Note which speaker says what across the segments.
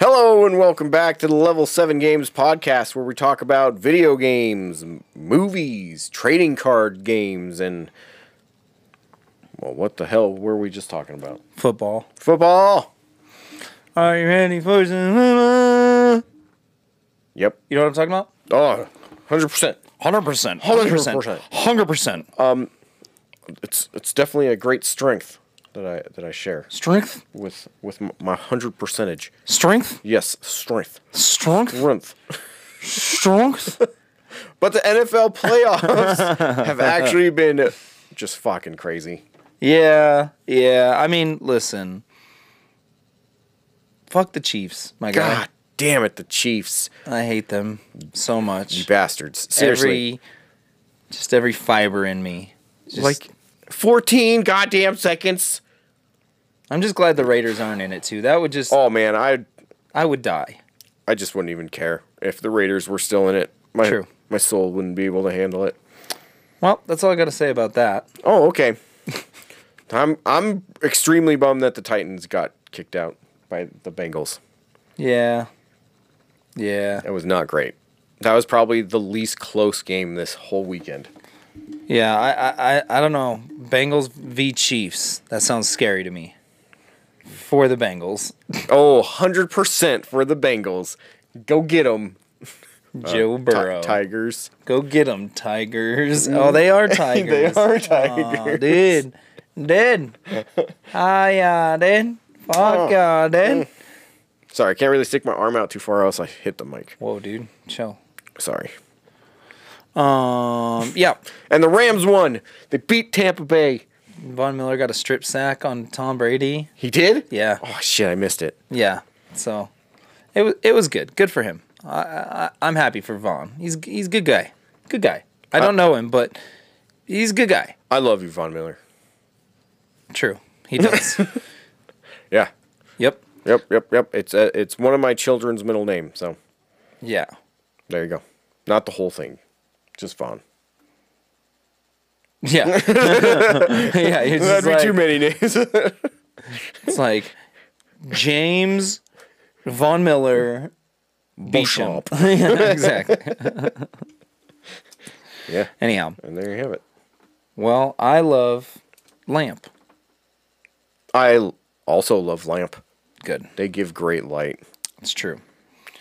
Speaker 1: Hello and welcome back to the Level 7 Games podcast where we talk about video games, m- movies, trading card games and well, what the hell were we just talking about?
Speaker 2: Football.
Speaker 1: Football.
Speaker 2: Are you ready for some?
Speaker 1: Yep.
Speaker 2: You know what I'm talking about?
Speaker 1: Oh, 100%.
Speaker 2: Hundred percent. Uh,
Speaker 1: 100%.
Speaker 2: Hundred percent.
Speaker 1: It's it's definitely a great strength that I that I share
Speaker 2: Strength.
Speaker 1: with with m- my 100 percentage.
Speaker 2: Strength.
Speaker 1: Yes, strength.
Speaker 2: Strength.
Speaker 1: Strength.
Speaker 2: Strength.
Speaker 1: But the NFL playoffs have actually been just fucking crazy.
Speaker 2: yeah. Yeah. I mean, listen. Fuck the Chiefs, my
Speaker 1: God damn it, the Chiefs.
Speaker 2: guy. I hate them so
Speaker 1: You
Speaker 2: much.
Speaker 1: bastards. Seriously.
Speaker 2: Every, just every fiber in me. Just-
Speaker 1: like 14 goddamn seconds.
Speaker 2: I'm just glad the Raiders aren't in it too. That would just,
Speaker 1: Oh man, I
Speaker 2: I would die.
Speaker 1: I just wouldn't even care if the Raiders were still in it. My
Speaker 2: True.
Speaker 1: my soul wouldn't be able to handle it.
Speaker 2: Well, that's all I got to say about that.
Speaker 1: Oh, okay. I'm I'm extremely bummed that the Titans got kicked out by the Bengals.
Speaker 2: Yeah. Yeah.
Speaker 1: That was not great. That was probably the least close game this whole weekend.
Speaker 2: Yeah, I, I, I, I don't know. Bengals v Chiefs. That sounds scary to me. For the Bengals,
Speaker 1: Oh, 100% for the Bengals. Go get them,
Speaker 2: Joe Burrow.
Speaker 1: Tigers.
Speaker 2: Go get them, Tigers. Oh, they are
Speaker 1: They
Speaker 2: Tigers.
Speaker 1: are Tigers.
Speaker 2: Aw, dude, dude. Hiya, dude. Fuck uh, ya, dude.
Speaker 1: Sorry, I can't really stick my arm out too far, else I hit the mic.
Speaker 2: Whoa, dude. Chill.
Speaker 1: Sorry.
Speaker 2: Um, yeah.
Speaker 1: And the Rams won. They beat Tampa Bay.
Speaker 2: Von Miller got a strip sack on Tom Brady.
Speaker 1: He did?
Speaker 2: Yeah.
Speaker 1: Oh shit, I missed it.
Speaker 2: Yeah. So it was it was good. Good for him. I, I I'm happy for Vaughn. He's he's a good guy. Good guy. I don't know him, but he's a good guy.
Speaker 1: I love you, Von Miller.
Speaker 2: True. He does.
Speaker 1: Yeah.
Speaker 2: yep.
Speaker 1: Yep, yep, yep. It's uh, it's one of my children's middle name, so
Speaker 2: Yeah.
Speaker 1: there you go. Not the whole thing. Just Von.
Speaker 2: Yeah. yeah. It's,
Speaker 1: That'd
Speaker 2: just
Speaker 1: be
Speaker 2: like,
Speaker 1: too many names.
Speaker 2: it's like James Von Miller Beecham. yeah, exactly.
Speaker 1: yeah.
Speaker 2: Anyhow,
Speaker 1: And there you have it.
Speaker 2: well, I love lamp.
Speaker 1: I l- also love lamp.
Speaker 2: Good.
Speaker 1: They give great light.
Speaker 2: It's true.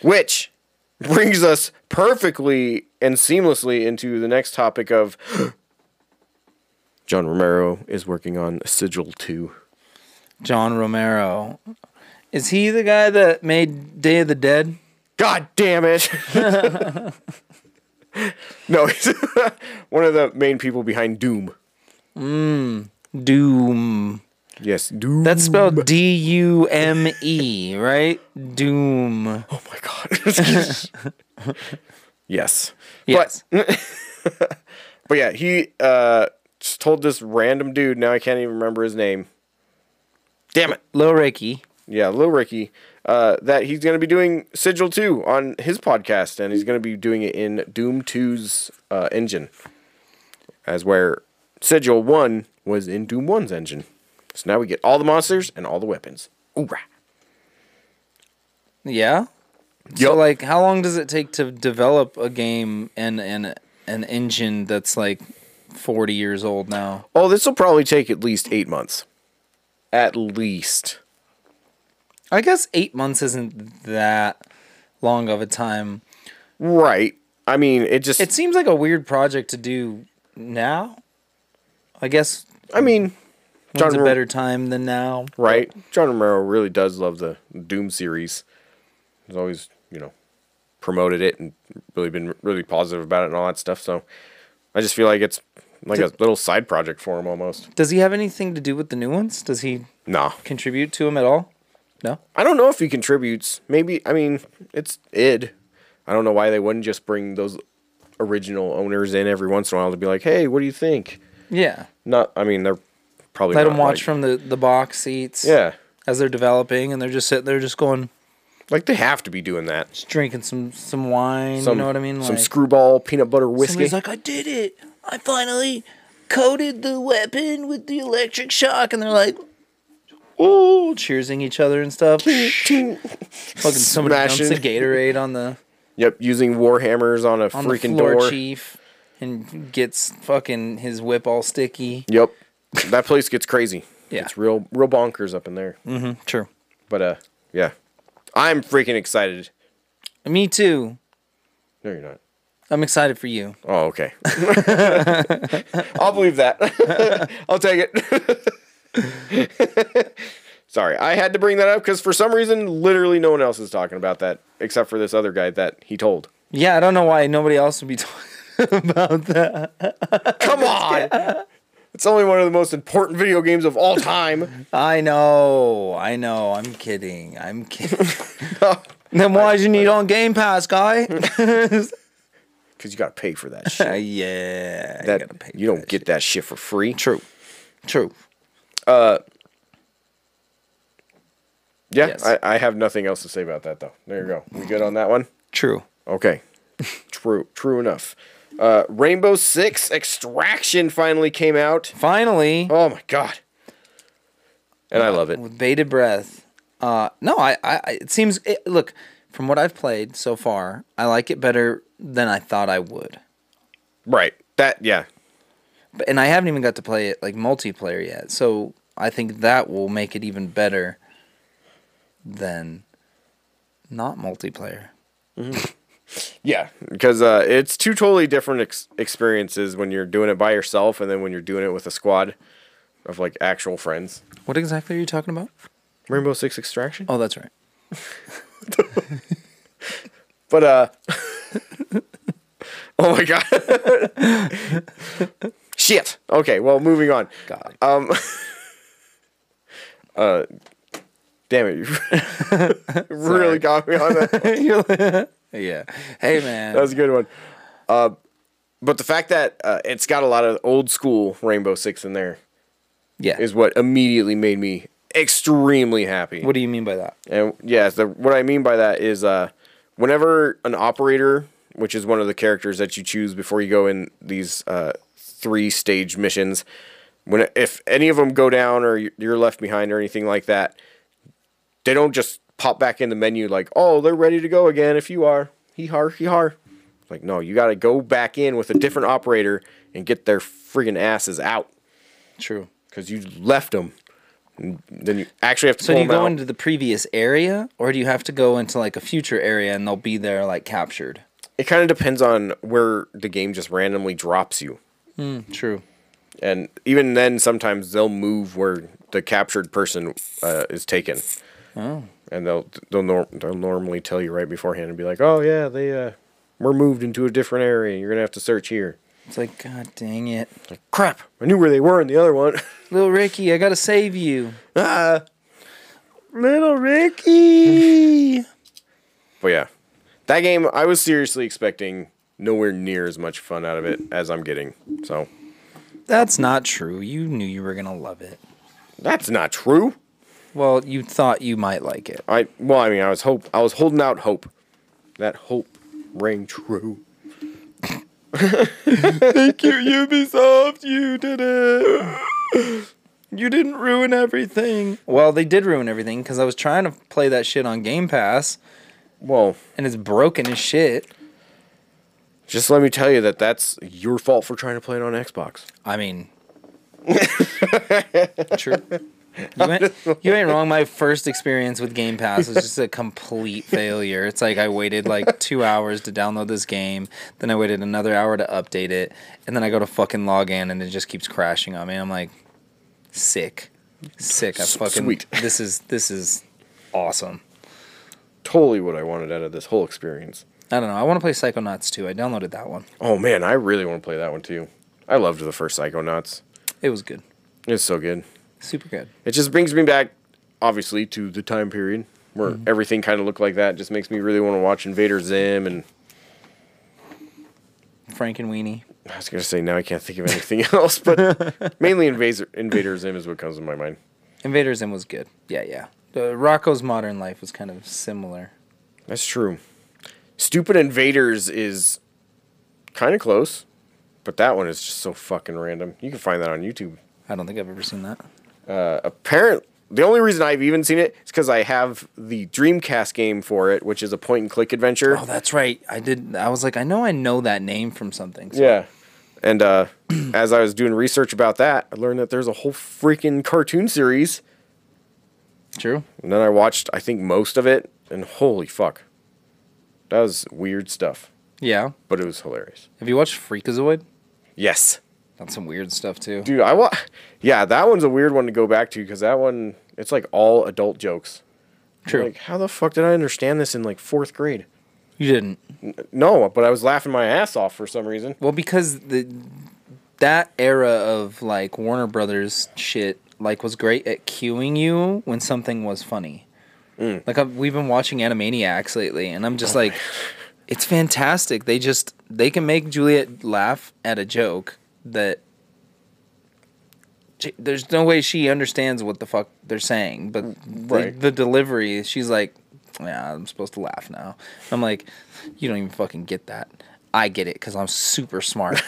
Speaker 1: Which brings us perfectly and seamlessly into the next topic of John Romero is working on Sigil 2.
Speaker 2: John Romero. Is he the guy that made Day of the Dead?
Speaker 1: God damn it. no, he's one of the main people behind Doom.
Speaker 2: Doom.
Speaker 1: Yes, Doom.
Speaker 2: That's spelled D U M E, right? Doom.
Speaker 1: oh my god. yes.
Speaker 2: Yes.
Speaker 1: But yeah, he uh just told this random dude, now I can't even remember his name. Damn it.
Speaker 2: Lil Reiki.
Speaker 1: Yeah, Lil Ricky, uh, that he's going to be doing Sigil 2 on his podcast, and he's going to be doing it in Doom 2's uh, engine, as where Sigil 1 was in Doom 1's engine. So now we get all the monsters and all the weapons. Oorah.
Speaker 2: Yeah. So
Speaker 1: Yup.
Speaker 2: like how long does it take to develop a game and and an engine that's like 40 years old now?
Speaker 1: Oh, this will probably take at least eight months. At least.
Speaker 2: I guess 8 months isn't that long of a time.
Speaker 1: Right. I mean, it just.
Speaker 2: It seems like a weird project to do now. I guess
Speaker 1: I mean, John
Speaker 2: When's a
Speaker 1: Ro-
Speaker 2: better time than now?
Speaker 1: right? John Romero really does love the Doom series. He's always, you know, promoted it and really been really positive about it and all that stuff. So I just feel like it's like a little side project for him almost.
Speaker 2: Does he have anything to do with the new ones? Does he
Speaker 1: Nah.
Speaker 2: contribute to them at all? No.
Speaker 1: I don't know if he contributes. Maybe, I mean, it's id. I don't know why they wouldn't just bring those original owners in every once in a while to be like, hey, what do you think?
Speaker 2: Yeah.
Speaker 1: Not, I mean, they're probably
Speaker 2: Let
Speaker 1: not,
Speaker 2: them watch
Speaker 1: like-
Speaker 2: from the, the box seats.
Speaker 1: Yeah.
Speaker 2: As they're developing, and they're just sitting there, just going,
Speaker 1: Like they have to be doing that.
Speaker 2: just drinking some some wine.
Speaker 1: Some,
Speaker 2: you know what I mean?
Speaker 1: Some
Speaker 2: like,
Speaker 1: screwball peanut butter whiskey.
Speaker 2: Somebody's like, I did it. I finally coated the weapon with the electric shock, and they're like, oh, cheersing each other and stuff. Fucking somebody dumps a
Speaker 1: Smashing.
Speaker 2: Gatorade on the
Speaker 1: Yep, using war hammers on a
Speaker 2: on the
Speaker 1: freaking
Speaker 2: floor
Speaker 1: door.
Speaker 2: chief and gets fucking his whip all sticky.
Speaker 1: Yep, that place gets crazy.
Speaker 2: Yeah.
Speaker 1: it's real, real bonkers up in there.
Speaker 2: Mm, True.
Speaker 1: But uh, yeah, I'm freaking excited.
Speaker 2: Me too.
Speaker 1: No, you're not.
Speaker 2: I'm excited for you.
Speaker 1: Oh, okay. I'll believe that. I'll take it. Sorry, I had to bring that up because for some reason, literally no one else is talking about that except for this other guy that he told.
Speaker 2: Yeah, I don't know why nobody else would be talking about that.
Speaker 1: Come on! It's only one of the most important video games of all time.
Speaker 2: I know. I know. I'm kidding. I'm kidding. then why'd you need on Game Pass, guy?
Speaker 1: Because you got to pay for that shit.
Speaker 2: Uh, yeah. I
Speaker 1: That,
Speaker 2: gotta pay
Speaker 1: you
Speaker 2: for
Speaker 1: don't
Speaker 2: that
Speaker 1: get
Speaker 2: shit.
Speaker 1: that shit for free.
Speaker 2: True. True.
Speaker 1: Yeah,
Speaker 2: Yes.
Speaker 1: I, I have nothing else to say about that, though. There you go. We good on that one?
Speaker 2: True.
Speaker 1: Okay. true. True enough. Uh, Rainbow Six Extraction finally came out.
Speaker 2: Finally,
Speaker 1: Oh my god. And I love it.
Speaker 2: with bated breath. Uh, no, I, I, I- it seems. It, look, from what I've played so far, I like it better than I thought I would.
Speaker 1: Right. That yeah.
Speaker 2: But, and I haven't even got to play it like multiplayer yet, so I think that will make it even better than not multiplayer.
Speaker 1: Yeah, because uh, it's two totally different ex- experiences when you're doing it by yourself and then when you're doing it with a squad of like actual friends.
Speaker 2: What exactly are you talking about?
Speaker 1: Rainbow Six Extraction?
Speaker 2: Oh, that's right.
Speaker 1: But uh Oh my god. Shit. Okay, well moving on.
Speaker 2: God.
Speaker 1: Um Uh Damn it, you really
Speaker 2: Sorry.
Speaker 1: got me on that.
Speaker 2: yeah. Hey, man.
Speaker 1: That was a good one. Uh, but the fact that uh, it's got a lot of old school Rainbow Six in there
Speaker 2: yeah.
Speaker 1: is what immediately made me extremely happy.
Speaker 2: what do you mean by that?
Speaker 1: And yeah, the, what I mean by that is uh, whenever an operator, which is one of the characters that you choose before you go in these uh, three stage missions, when if any of them go down or you- you're left behind or anything like that, they don't just pop back in the menu like, oh, they're ready to go again. If you are, he har, he har. Like no, you got to go back in with a different operator and get their friggin' asses out
Speaker 2: True.
Speaker 1: because you left them. And then you actually have to.
Speaker 2: So
Speaker 1: pull
Speaker 2: do you
Speaker 1: 'em
Speaker 2: go
Speaker 1: out.
Speaker 2: into the previous area, or do you have to go into like a future area and they'll be there like captured?
Speaker 1: it kind of depends on where the game just randomly drops you.
Speaker 2: True.
Speaker 1: And even then, sometimes they'll move where the captured person uh, is taken.
Speaker 2: Oh.
Speaker 1: And they'll they'll, nor- they'll normally tell you right beforehand and be like, "Oh yeah, they uh, we're moved into a different area. You're gonna have to search here."
Speaker 2: It's like, God dang it.
Speaker 1: Crap! I knew where they were in the other one.
Speaker 2: Little Ricky, I gotta save you.
Speaker 1: ah.
Speaker 2: Little Ricky.
Speaker 1: But yeah, that game I was seriously expecting nowhere near as much fun out of it as I'm getting. So
Speaker 2: That's not true. You knew you were gonna love it.
Speaker 1: that's not true.
Speaker 2: Well, you thought you might like it.
Speaker 1: I well, I mean, I was hope I was holding out hope. That hope rang true.
Speaker 2: Thank you, Ubisoft. You did it. You didn't ruin everything. Well, they did ruin everything because I was trying to play that shit on Game Pass
Speaker 1: Well,
Speaker 2: and it's broken as shit.
Speaker 1: just let me tell you that that's your fault for trying to play it on Xbox.
Speaker 2: I mean, true. You ain't, you ain't wrong. My first experience with Game Pass was just a complete failure. It's like I waited like two hours to download this game, then I waited another hour to update it, and then I go to fucking log in and it just keeps crashing on me. I'm like, sick, sick. I fucking
Speaker 1: sweet.
Speaker 2: This is this is awesome.
Speaker 1: Totally what I wanted out of this whole experience.
Speaker 2: I don't know. I want to play Psychonauts too. I downloaded that one.
Speaker 1: Oh man, I really want to play that one too. I loved the first Psychonauts.
Speaker 2: It was good,
Speaker 1: It's so good.
Speaker 2: super good.
Speaker 1: It just brings me back, obviously, to the time period where everything kind of looked like that. just makes me really want to watch Invader Zim, and
Speaker 2: Frank and Weenie.
Speaker 1: I was gonna say now I can't think of anything else, but mainly Invader Invader Zim is what comes to my mind.
Speaker 2: Invader Zim was good. Yeah, yeah. The Rocco's Modern Life was kind of similar.
Speaker 1: That's true. Stupid Invaders is kind of close, but that one is just so fucking random. You can find that on YouTube.
Speaker 2: I don't think I've ever seen that.
Speaker 1: Apparently, the only reason I've even seen it is because I have the Dreamcast game for it, which is a point and click adventure.
Speaker 2: Oh, that's right. I did. I was like, I know I know that name from something. So
Speaker 1: Yeah. And uh, as I was doing research about that, I learned that there's a whole freaking cartoon series.
Speaker 2: True.
Speaker 1: And then I watched, I think, most of it, and holy fuck. That was weird stuff,
Speaker 2: Yeah.
Speaker 1: but it was hilarious.
Speaker 2: Have you watched Freakazoid?
Speaker 1: Yes.
Speaker 2: That's some weird stuff too.
Speaker 1: Dude, I want. Yeah, that one's a weird one to go back to because that one, it's like all adult jokes.
Speaker 2: True.
Speaker 1: Like, how the fuck did I understand this in like fourth grade?
Speaker 2: you didn't.
Speaker 1: No, but I was laughing my ass off for some reason.
Speaker 2: Well, because the that era of like Warner Brothers shit like was great at cueing you when something was funny. Like I've, we've been watching Animaniacs lately, and I'm just like, it's fantastic. They just they can make Juliet laugh at a joke that she- there's no way she understands what the fuck they're saying, but the,
Speaker 1: right.
Speaker 2: the delivery, she's like, "Yeah, I'm supposed to laugh now." I'm like, "You don't even fucking get that. I get it because I'm super smart.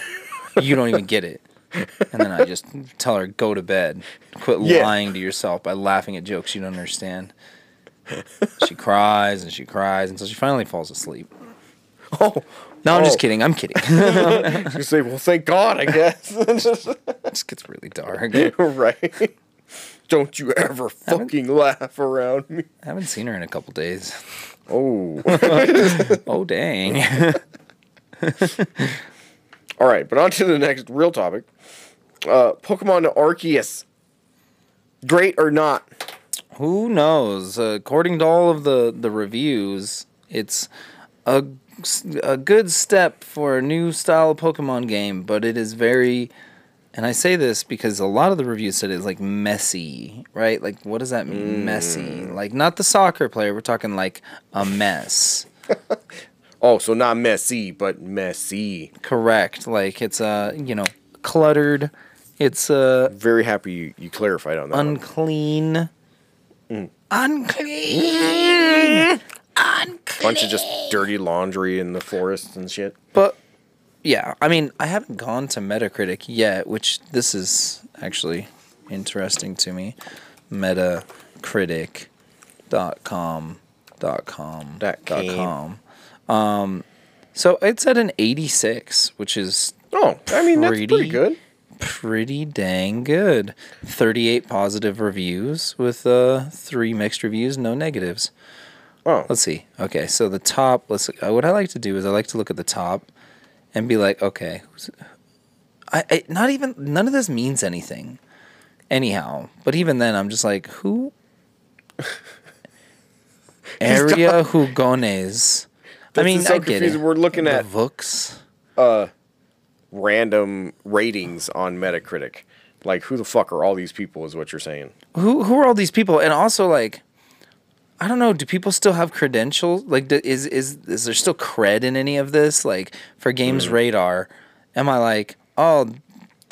Speaker 2: you don't even get it." And then I just tell her go to bed. Quit
Speaker 1: Yeah.
Speaker 2: lying to yourself by laughing at jokes you don't understand. she cries and she cries until she finally falls asleep.
Speaker 1: Oh,
Speaker 2: No, I'm just
Speaker 1: Oh.
Speaker 2: kidding. I'm kidding.
Speaker 1: you say, well, thank God, I guess.
Speaker 2: this gets really dark.
Speaker 1: right? Don't you ever fucking laugh around me.
Speaker 2: I haven't seen her in a couple days.
Speaker 1: Oh.
Speaker 2: Oh dang.
Speaker 1: All right, but on to the next real topic. Uh, Pokemon Arceus. Great or not?
Speaker 2: Who knows? Uh, According to all of the, the reviews, it's a, a good step for a new style of Pokemon game, but it is very. And I say this because a lot of the reviews said it's like messy, right? Like, what does that mean? Messy. Like, not the soccer player. We're talking like a mess.
Speaker 1: Oh, so not messy, but messy.
Speaker 2: Correct. Like, it's, uh, you know, cluttered. It's uh,
Speaker 1: Very happy you, you clarified on that. one.
Speaker 2: unclean. Unclean. Unclean.
Speaker 1: Bunch of just dirty laundry in the forest and shit.
Speaker 2: But yeah, I mean, I haven't gone to Metacritic yet, which this is actually interesting to me. Metacritic dot com dot com
Speaker 1: Dot
Speaker 2: dot
Speaker 1: com.
Speaker 2: com. Um, so it's at an 86, which is
Speaker 1: Oh, I mean that's pretty
Speaker 2: Pretty.
Speaker 1: good.
Speaker 2: pretty dang good. 38 positive reviews with uh, three mixed reviews, no negatives.
Speaker 1: Oh,
Speaker 2: Let's see. Okay, so the top. Let's. uh, What I like to do is I like to look at the top, and be like, okay, who's- I, I not even none of this means anything, anyhow. But even then, I'm just like, who? Area Hugones. I
Speaker 1: This
Speaker 2: mean,
Speaker 1: is so
Speaker 2: I get it.
Speaker 1: confusing. We're looking
Speaker 2: the
Speaker 1: at-
Speaker 2: Vooks.
Speaker 1: random ratings on Metacritic. Like, who the fuck are all these people? Is what you're saying?
Speaker 2: Who who are all these people? And also like. I don't know. Do people still have credentials? Like, do, is is is there still cred in any of this? Like for Games Radar, am I like, oh,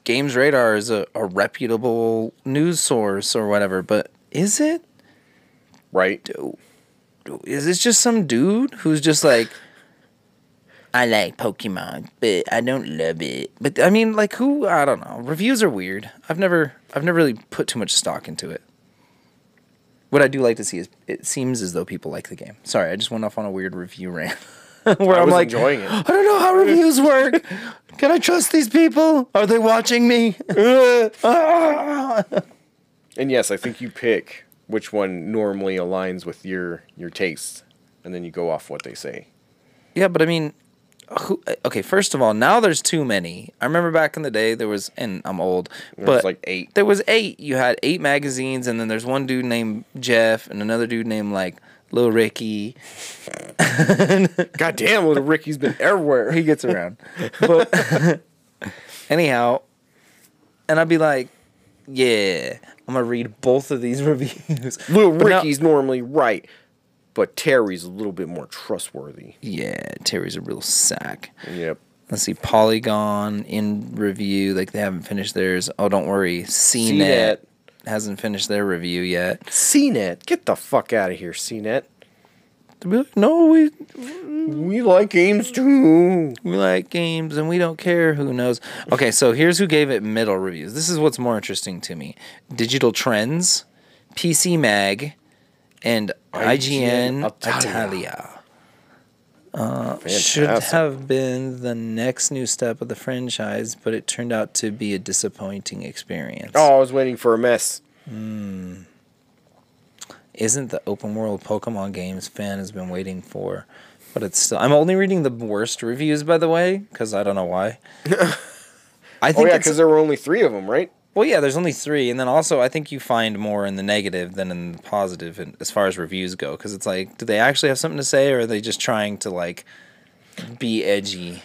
Speaker 2: Games Radar is a, a reputable news source or whatever? But is it?
Speaker 1: Right?
Speaker 2: Is this just some dude who's just like, I like Pokemon, but I don't love it. But I mean, like, who? I don't know. Reviews are weird. I've never I've never really put too much stock into it. What I do like to see is it seems as though people like the game. Sorry, I just went off on a weird review rant. Where
Speaker 1: I
Speaker 2: I'm
Speaker 1: was
Speaker 2: like,
Speaker 1: enjoying it.
Speaker 2: I don't know how reviews work. Can I trust these people? Are they watching me?
Speaker 1: And yes, I think you pick which one normally aligns with your your tastes, and then you go off what they say.
Speaker 2: Yeah, but I mean, who, okay. First of all, now there's too many. I remember back in the day there was, and I'm old, but
Speaker 1: was like eight.
Speaker 2: There was eight. You had eight magazines, and then there's one dude named Jeff, and another dude named like Lil Ricky.
Speaker 1: God damn, little Ricky's been everywhere.
Speaker 2: He gets around, but anyhow, and I'd be like, yeah, I'm gonna read both of these reviews.
Speaker 1: Little
Speaker 2: But now-
Speaker 1: Ricky's normally right, but Terry's a little bit more trustworthy.
Speaker 2: yeah, Terry's a real sack.
Speaker 1: Yep.
Speaker 2: Let's see, Polygon in review, like they haven't finished theirs. Oh, don't worry, CNET,
Speaker 1: CNET.
Speaker 2: hasn't finished their review yet.
Speaker 1: CNET, get the fuck out of here, CNET.
Speaker 2: No, we
Speaker 1: We like games too.
Speaker 2: we like games and we don't care. Who knows? Okay, so here's who gave it middle reviews. This is what's more interesting to me: Digital Trends, PC Mag, and
Speaker 1: IGN
Speaker 2: IGN,
Speaker 1: Italia.
Speaker 2: Italia. Uh, should
Speaker 1: Fantastic.
Speaker 2: have been the next new step of the franchise, but it turned out to be a disappointing experience.
Speaker 1: Oh, I was waiting for a mess.
Speaker 2: Isn't the open world Pokemon games fan has been waiting for? But it's still. I'm only reading the worst reviews, by the way, because I don't know why. I
Speaker 1: Oh
Speaker 2: think
Speaker 1: yeah,
Speaker 2: it's
Speaker 1: because there were only three of them, right?
Speaker 2: Well, yeah, there's only three, and then also I think you find more in the negative than in the positive, and as far as reviews go, because it's like, do they actually have something to say, or are they just trying to like be edgy?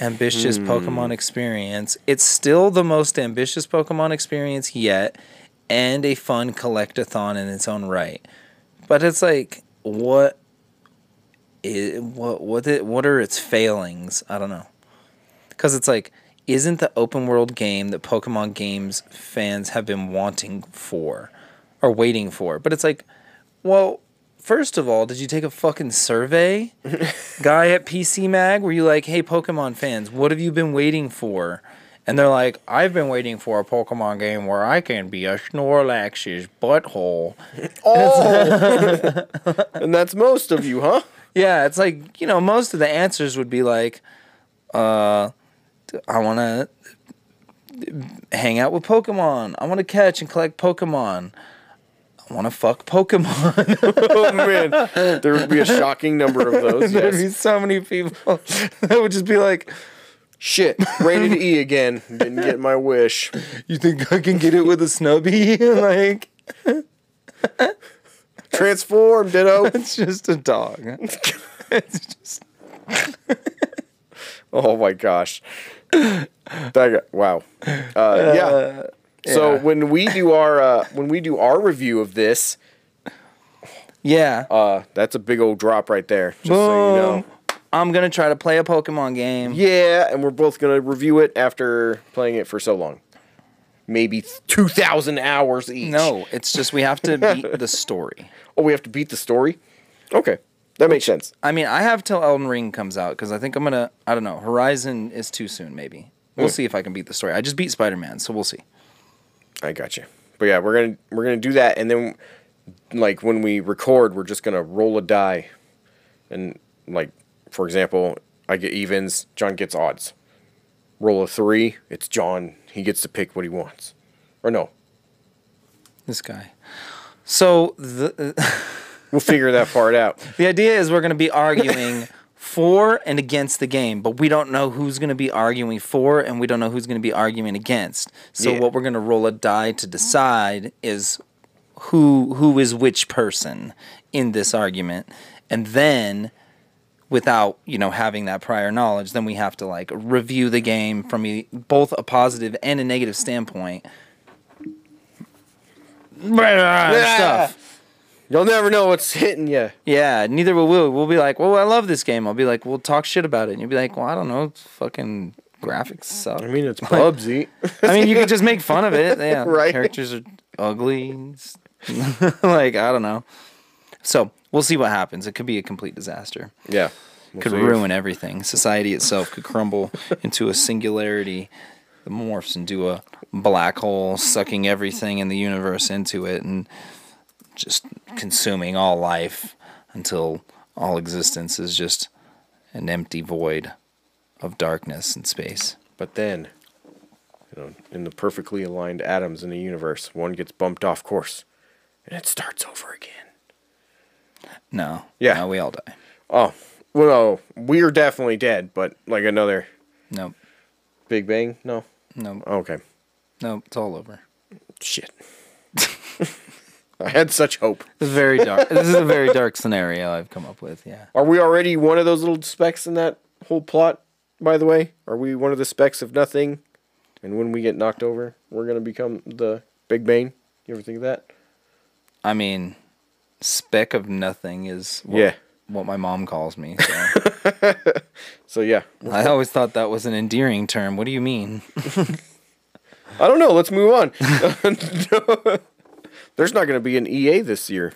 Speaker 2: Ambitious Pokemon experience. It's still the most ambitious Pokemon experience yet, and a fun collectathon in its own right. But it's like, what? Is, what what it, what are its failings? I don't know because it's like isn't the open world game that pokemon games fans have been wanting for or waiting for but it's like well first of all did you take a fucking survey guy at pc mag were you like hey pokemon fans what have you been waiting for and they're like i've been waiting for a pokemon game where i can be a snorlax's butthole
Speaker 1: And that's most of you, huh?
Speaker 2: Yeah, it's like, you know, most of the answers would be like, uh, I want to hang out with Pokemon. I want to catch and collect Pokemon. I want to fuck Pokemon.
Speaker 1: Oh man, there would be a shocking number of those.
Speaker 2: There'd
Speaker 1: Yes.
Speaker 2: be so many people that would just be like,
Speaker 1: Shit, rated E again. Didn't get my wish.
Speaker 2: you think I can get it with a snubby? like,
Speaker 1: Transform, Ditto.
Speaker 2: it's just a dog. it's just,
Speaker 1: Oh my gosh. That guy, wow. Uh, yeah. So
Speaker 2: yeah.
Speaker 1: when we do our uh, when we do our review of this,
Speaker 2: yeah.
Speaker 1: uh, that's a big old drop right there. Just so you know.
Speaker 2: I'm going to try to play a Pokemon game.
Speaker 1: Yeah, and we're both gonna review it after playing it for so long, maybe two thousand hours each.
Speaker 2: No, it's just we have to beat the story.
Speaker 1: Oh, we have to beat the story. Okay, that makes sense.
Speaker 2: I mean, I have till Elden Ring comes out because I think I'm gonna. I don't know. Horizon is too soon. Maybe we'll see if I can beat the story. I just beat Spider Man, so we'll see.
Speaker 1: I got you. But yeah, we're gonna we're gonna do that, and then like when we record, we're just gonna roll a die, and like for example, I get evens, John gets odds. Roll a three, it's John. He gets to pick what he wants, or no,
Speaker 2: This guy. So the
Speaker 1: we'll figure that part out.
Speaker 2: the idea is we're gonna be arguing for and against the game, but we don't know who's gonna be arguing for and we don't know who's gonna be arguing against. So
Speaker 1: Yeah.
Speaker 2: what we're gonna roll a die to decide is who who is which person in this argument, and then without you know having that prior knowledge then we have to like review the game from e- both a positive and a negative standpoint stuff
Speaker 1: You'll never know what's hitting you.
Speaker 2: yeah neither will we we'll be like well i love this game i'll be like we'll talk shit about it and you'll be like well i don't know it's fucking graphics suck
Speaker 1: I mean, it's Bubsy.
Speaker 2: i mean you could just make fun of it yeah
Speaker 1: Right.
Speaker 2: characters are ugly like i don't know so we'll see what happens it could be a complete disaster
Speaker 1: yeah, We'll
Speaker 2: could
Speaker 1: see.
Speaker 2: ruin everything. Society itself could crumble into a singularity that morphs into a black hole, sucking everything in the universe into it and just consuming all life until all existence is just an empty void of darkness and space.
Speaker 1: But then, you know, in the perfectly aligned atoms in the universe, one gets bumped off course, and it starts over again.
Speaker 2: No.
Speaker 1: Yeah.
Speaker 2: No, we all die.
Speaker 1: Oh, well, no, we are definitely dead, but like another
Speaker 2: Nope.
Speaker 1: Big Bang? No.
Speaker 2: Nope.
Speaker 1: Okay.
Speaker 2: Nope. It's all over.
Speaker 1: Shit. I had such hope.
Speaker 2: This is very dark. this is a very dark scenario I've come up with. Yeah.
Speaker 1: Are we already one of those little specks in that whole plot, by the way? Are we one of the specks of nothing? And when we get knocked over, we're going to become the Big Bang? You ever think of that?
Speaker 2: I mean, speck of nothing is what,
Speaker 1: Yeah.
Speaker 2: what my mom calls me. So.
Speaker 1: So, yeah.
Speaker 2: I always thought that was an endearing term. What do you mean?
Speaker 1: I don't know. Let's move on. There's not going to be an EA this year.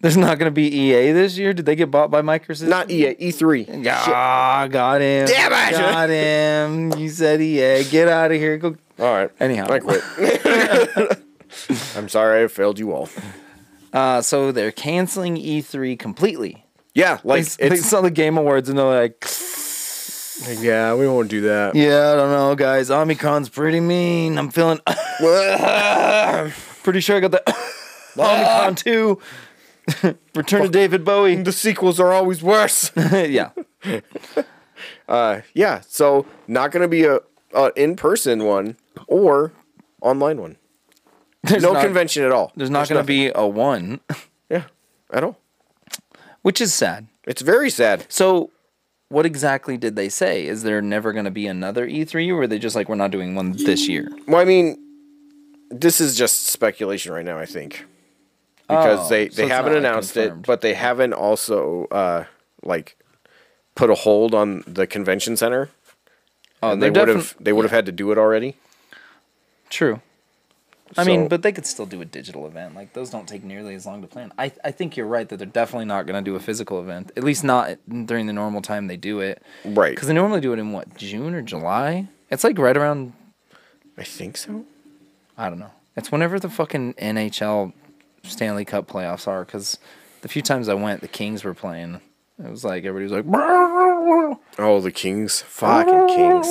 Speaker 2: There's not going to be EA this year. Did they get bought by Microsoft?
Speaker 1: Not E EA, E3.
Speaker 2: Ah, got him.
Speaker 1: Damn it!
Speaker 2: Got E him. You said EA. Get out of here. Go.
Speaker 1: All right.
Speaker 2: Anyhow.
Speaker 1: I quit. I'm sorry I failed you all.
Speaker 2: Uh, so they're canceling E3 completely.
Speaker 1: Yeah,
Speaker 2: They,
Speaker 1: like
Speaker 2: s- they
Speaker 1: it's
Speaker 2: saw the Game Awards and they're like,
Speaker 1: yeah, we won't do that.
Speaker 2: yeah, I don't know, guys. Omicron's pretty mean. I'm feeling pretty sure I got the Omicron too. Return to David Bowie.
Speaker 1: the sequels are always worse.
Speaker 2: yeah.
Speaker 1: Uh, yeah, so not going to be a, a in-person one or online one.
Speaker 2: There's
Speaker 1: no
Speaker 2: not-
Speaker 1: convention at all.
Speaker 2: There's not going to be a one,
Speaker 1: Yeah, at all.
Speaker 2: which is sad.
Speaker 1: It's very sad.
Speaker 2: So, what exactly did they say? Is there never going to be another E3, or were they just like, we're not doing one this year?
Speaker 1: Well, I mean, this is just speculation right now. I think because
Speaker 2: Oh,
Speaker 1: they
Speaker 2: so
Speaker 1: they
Speaker 2: it's
Speaker 1: haven't
Speaker 2: not, like,
Speaker 1: announced
Speaker 2: confirmed.
Speaker 1: it, but they haven't also uh, like put a hold on the convention center.
Speaker 2: Oh,
Speaker 1: And they
Speaker 2: they're
Speaker 1: would
Speaker 2: defin-
Speaker 1: have they would have had to do it already.
Speaker 2: True. I mean,
Speaker 1: So-
Speaker 2: but they could still do a digital event. Like those don't take nearly as long to plan. I, I think you're right that they're definitely not going to do a physical event. At least not during the normal time they do it.
Speaker 1: Right.
Speaker 2: Because they normally do it in what June or July. It's like right around
Speaker 1: I think so.
Speaker 2: I don't know. It's whenever the fucking NHL Stanley Cup playoffs are. Because the few times I went, the Kings were playing. It was like everybody was like, "Brrr,
Speaker 1: Oh, the Kings, fucking Kings.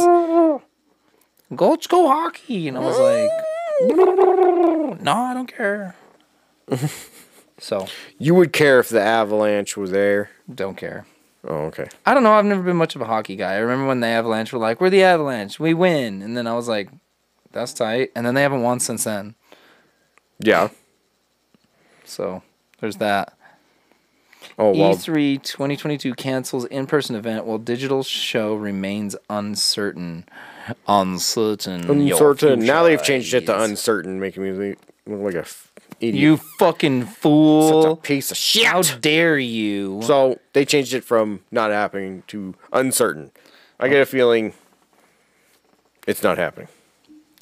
Speaker 2: "Let's go hockey," and I was like, "Brrr, "No, I don't care." so
Speaker 1: You would care if the Avalanche were there.
Speaker 2: don't care.
Speaker 1: Oh, okay.
Speaker 2: I don't know. I've never been much of a hockey guy. I remember when the Avalanche were like, "We're the Avalanche, we win," and then I was like, "That's tight." And then they haven't won since then.
Speaker 1: Yeah.
Speaker 2: So there's that.
Speaker 1: Oh well.
Speaker 2: E3 2022 cancels in-person event while digital show remains uncertain. Uncertain. your
Speaker 1: Uncertain. Now
Speaker 2: future
Speaker 1: they've changed it to
Speaker 2: is.
Speaker 1: uncertain, making me look like a f- idiot.
Speaker 2: You fucking
Speaker 1: Such a
Speaker 2: fool!
Speaker 1: piece of shit.
Speaker 2: How dare you?
Speaker 1: So they changed it from not happening to uncertain. I get a feeling it's not happening.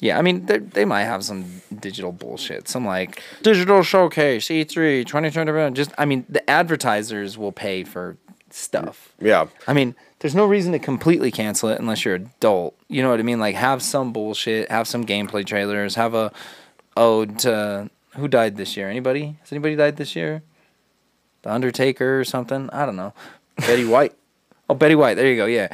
Speaker 2: Yeah, I mean, they they might have some digital bullshit. Some like digital showcase,
Speaker 1: E
Speaker 2: E3, 2021. Just, I mean, the advertisers will pay for stuff.
Speaker 1: Yeah.
Speaker 2: I mean, there's no reason to completely cancel it unless you're adult. You know what I mean? Like, have some bullshit, have some gameplay trailers, have a ode to who died this year? Anybody? Has anybody died this year? The Undertaker or something? I don't know.
Speaker 1: Betty White.
Speaker 2: Oh, Betty White. There you go. Yeah,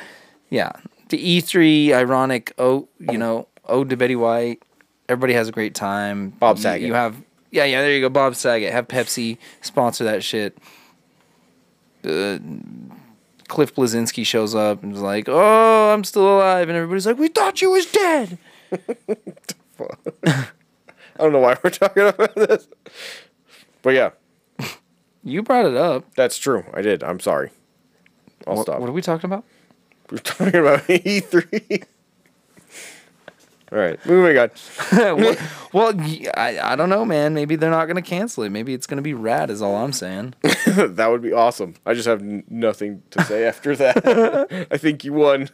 Speaker 2: yeah. The E3 ironic. Oh, you know, ode to Betty White. Everybody has a great time.
Speaker 1: Bob
Speaker 2: You-
Speaker 1: Saget.
Speaker 2: You have yeah, yeah. There you go. Bob Saget. Have Pepsi sponsor that shit. Uh, Cliff Blazinski shows up and is like, "Oh, I'm still alive," and everybody's like, "We thought you was dead."
Speaker 1: I don't know why we're talking about this. But yeah,
Speaker 2: You brought it up.
Speaker 1: that's true. I did. I'm sorry. I'll
Speaker 2: What,
Speaker 1: stop.
Speaker 2: what are we talking about?
Speaker 1: We're talking about E3. All right, moving on.
Speaker 2: well, well, y- I, I don't know, man. Maybe they're not gonna cancel it. Maybe it's gonna be rad. Is all I'm saying.
Speaker 1: that would be awesome. I just have n- nothing to say after that. I think you won.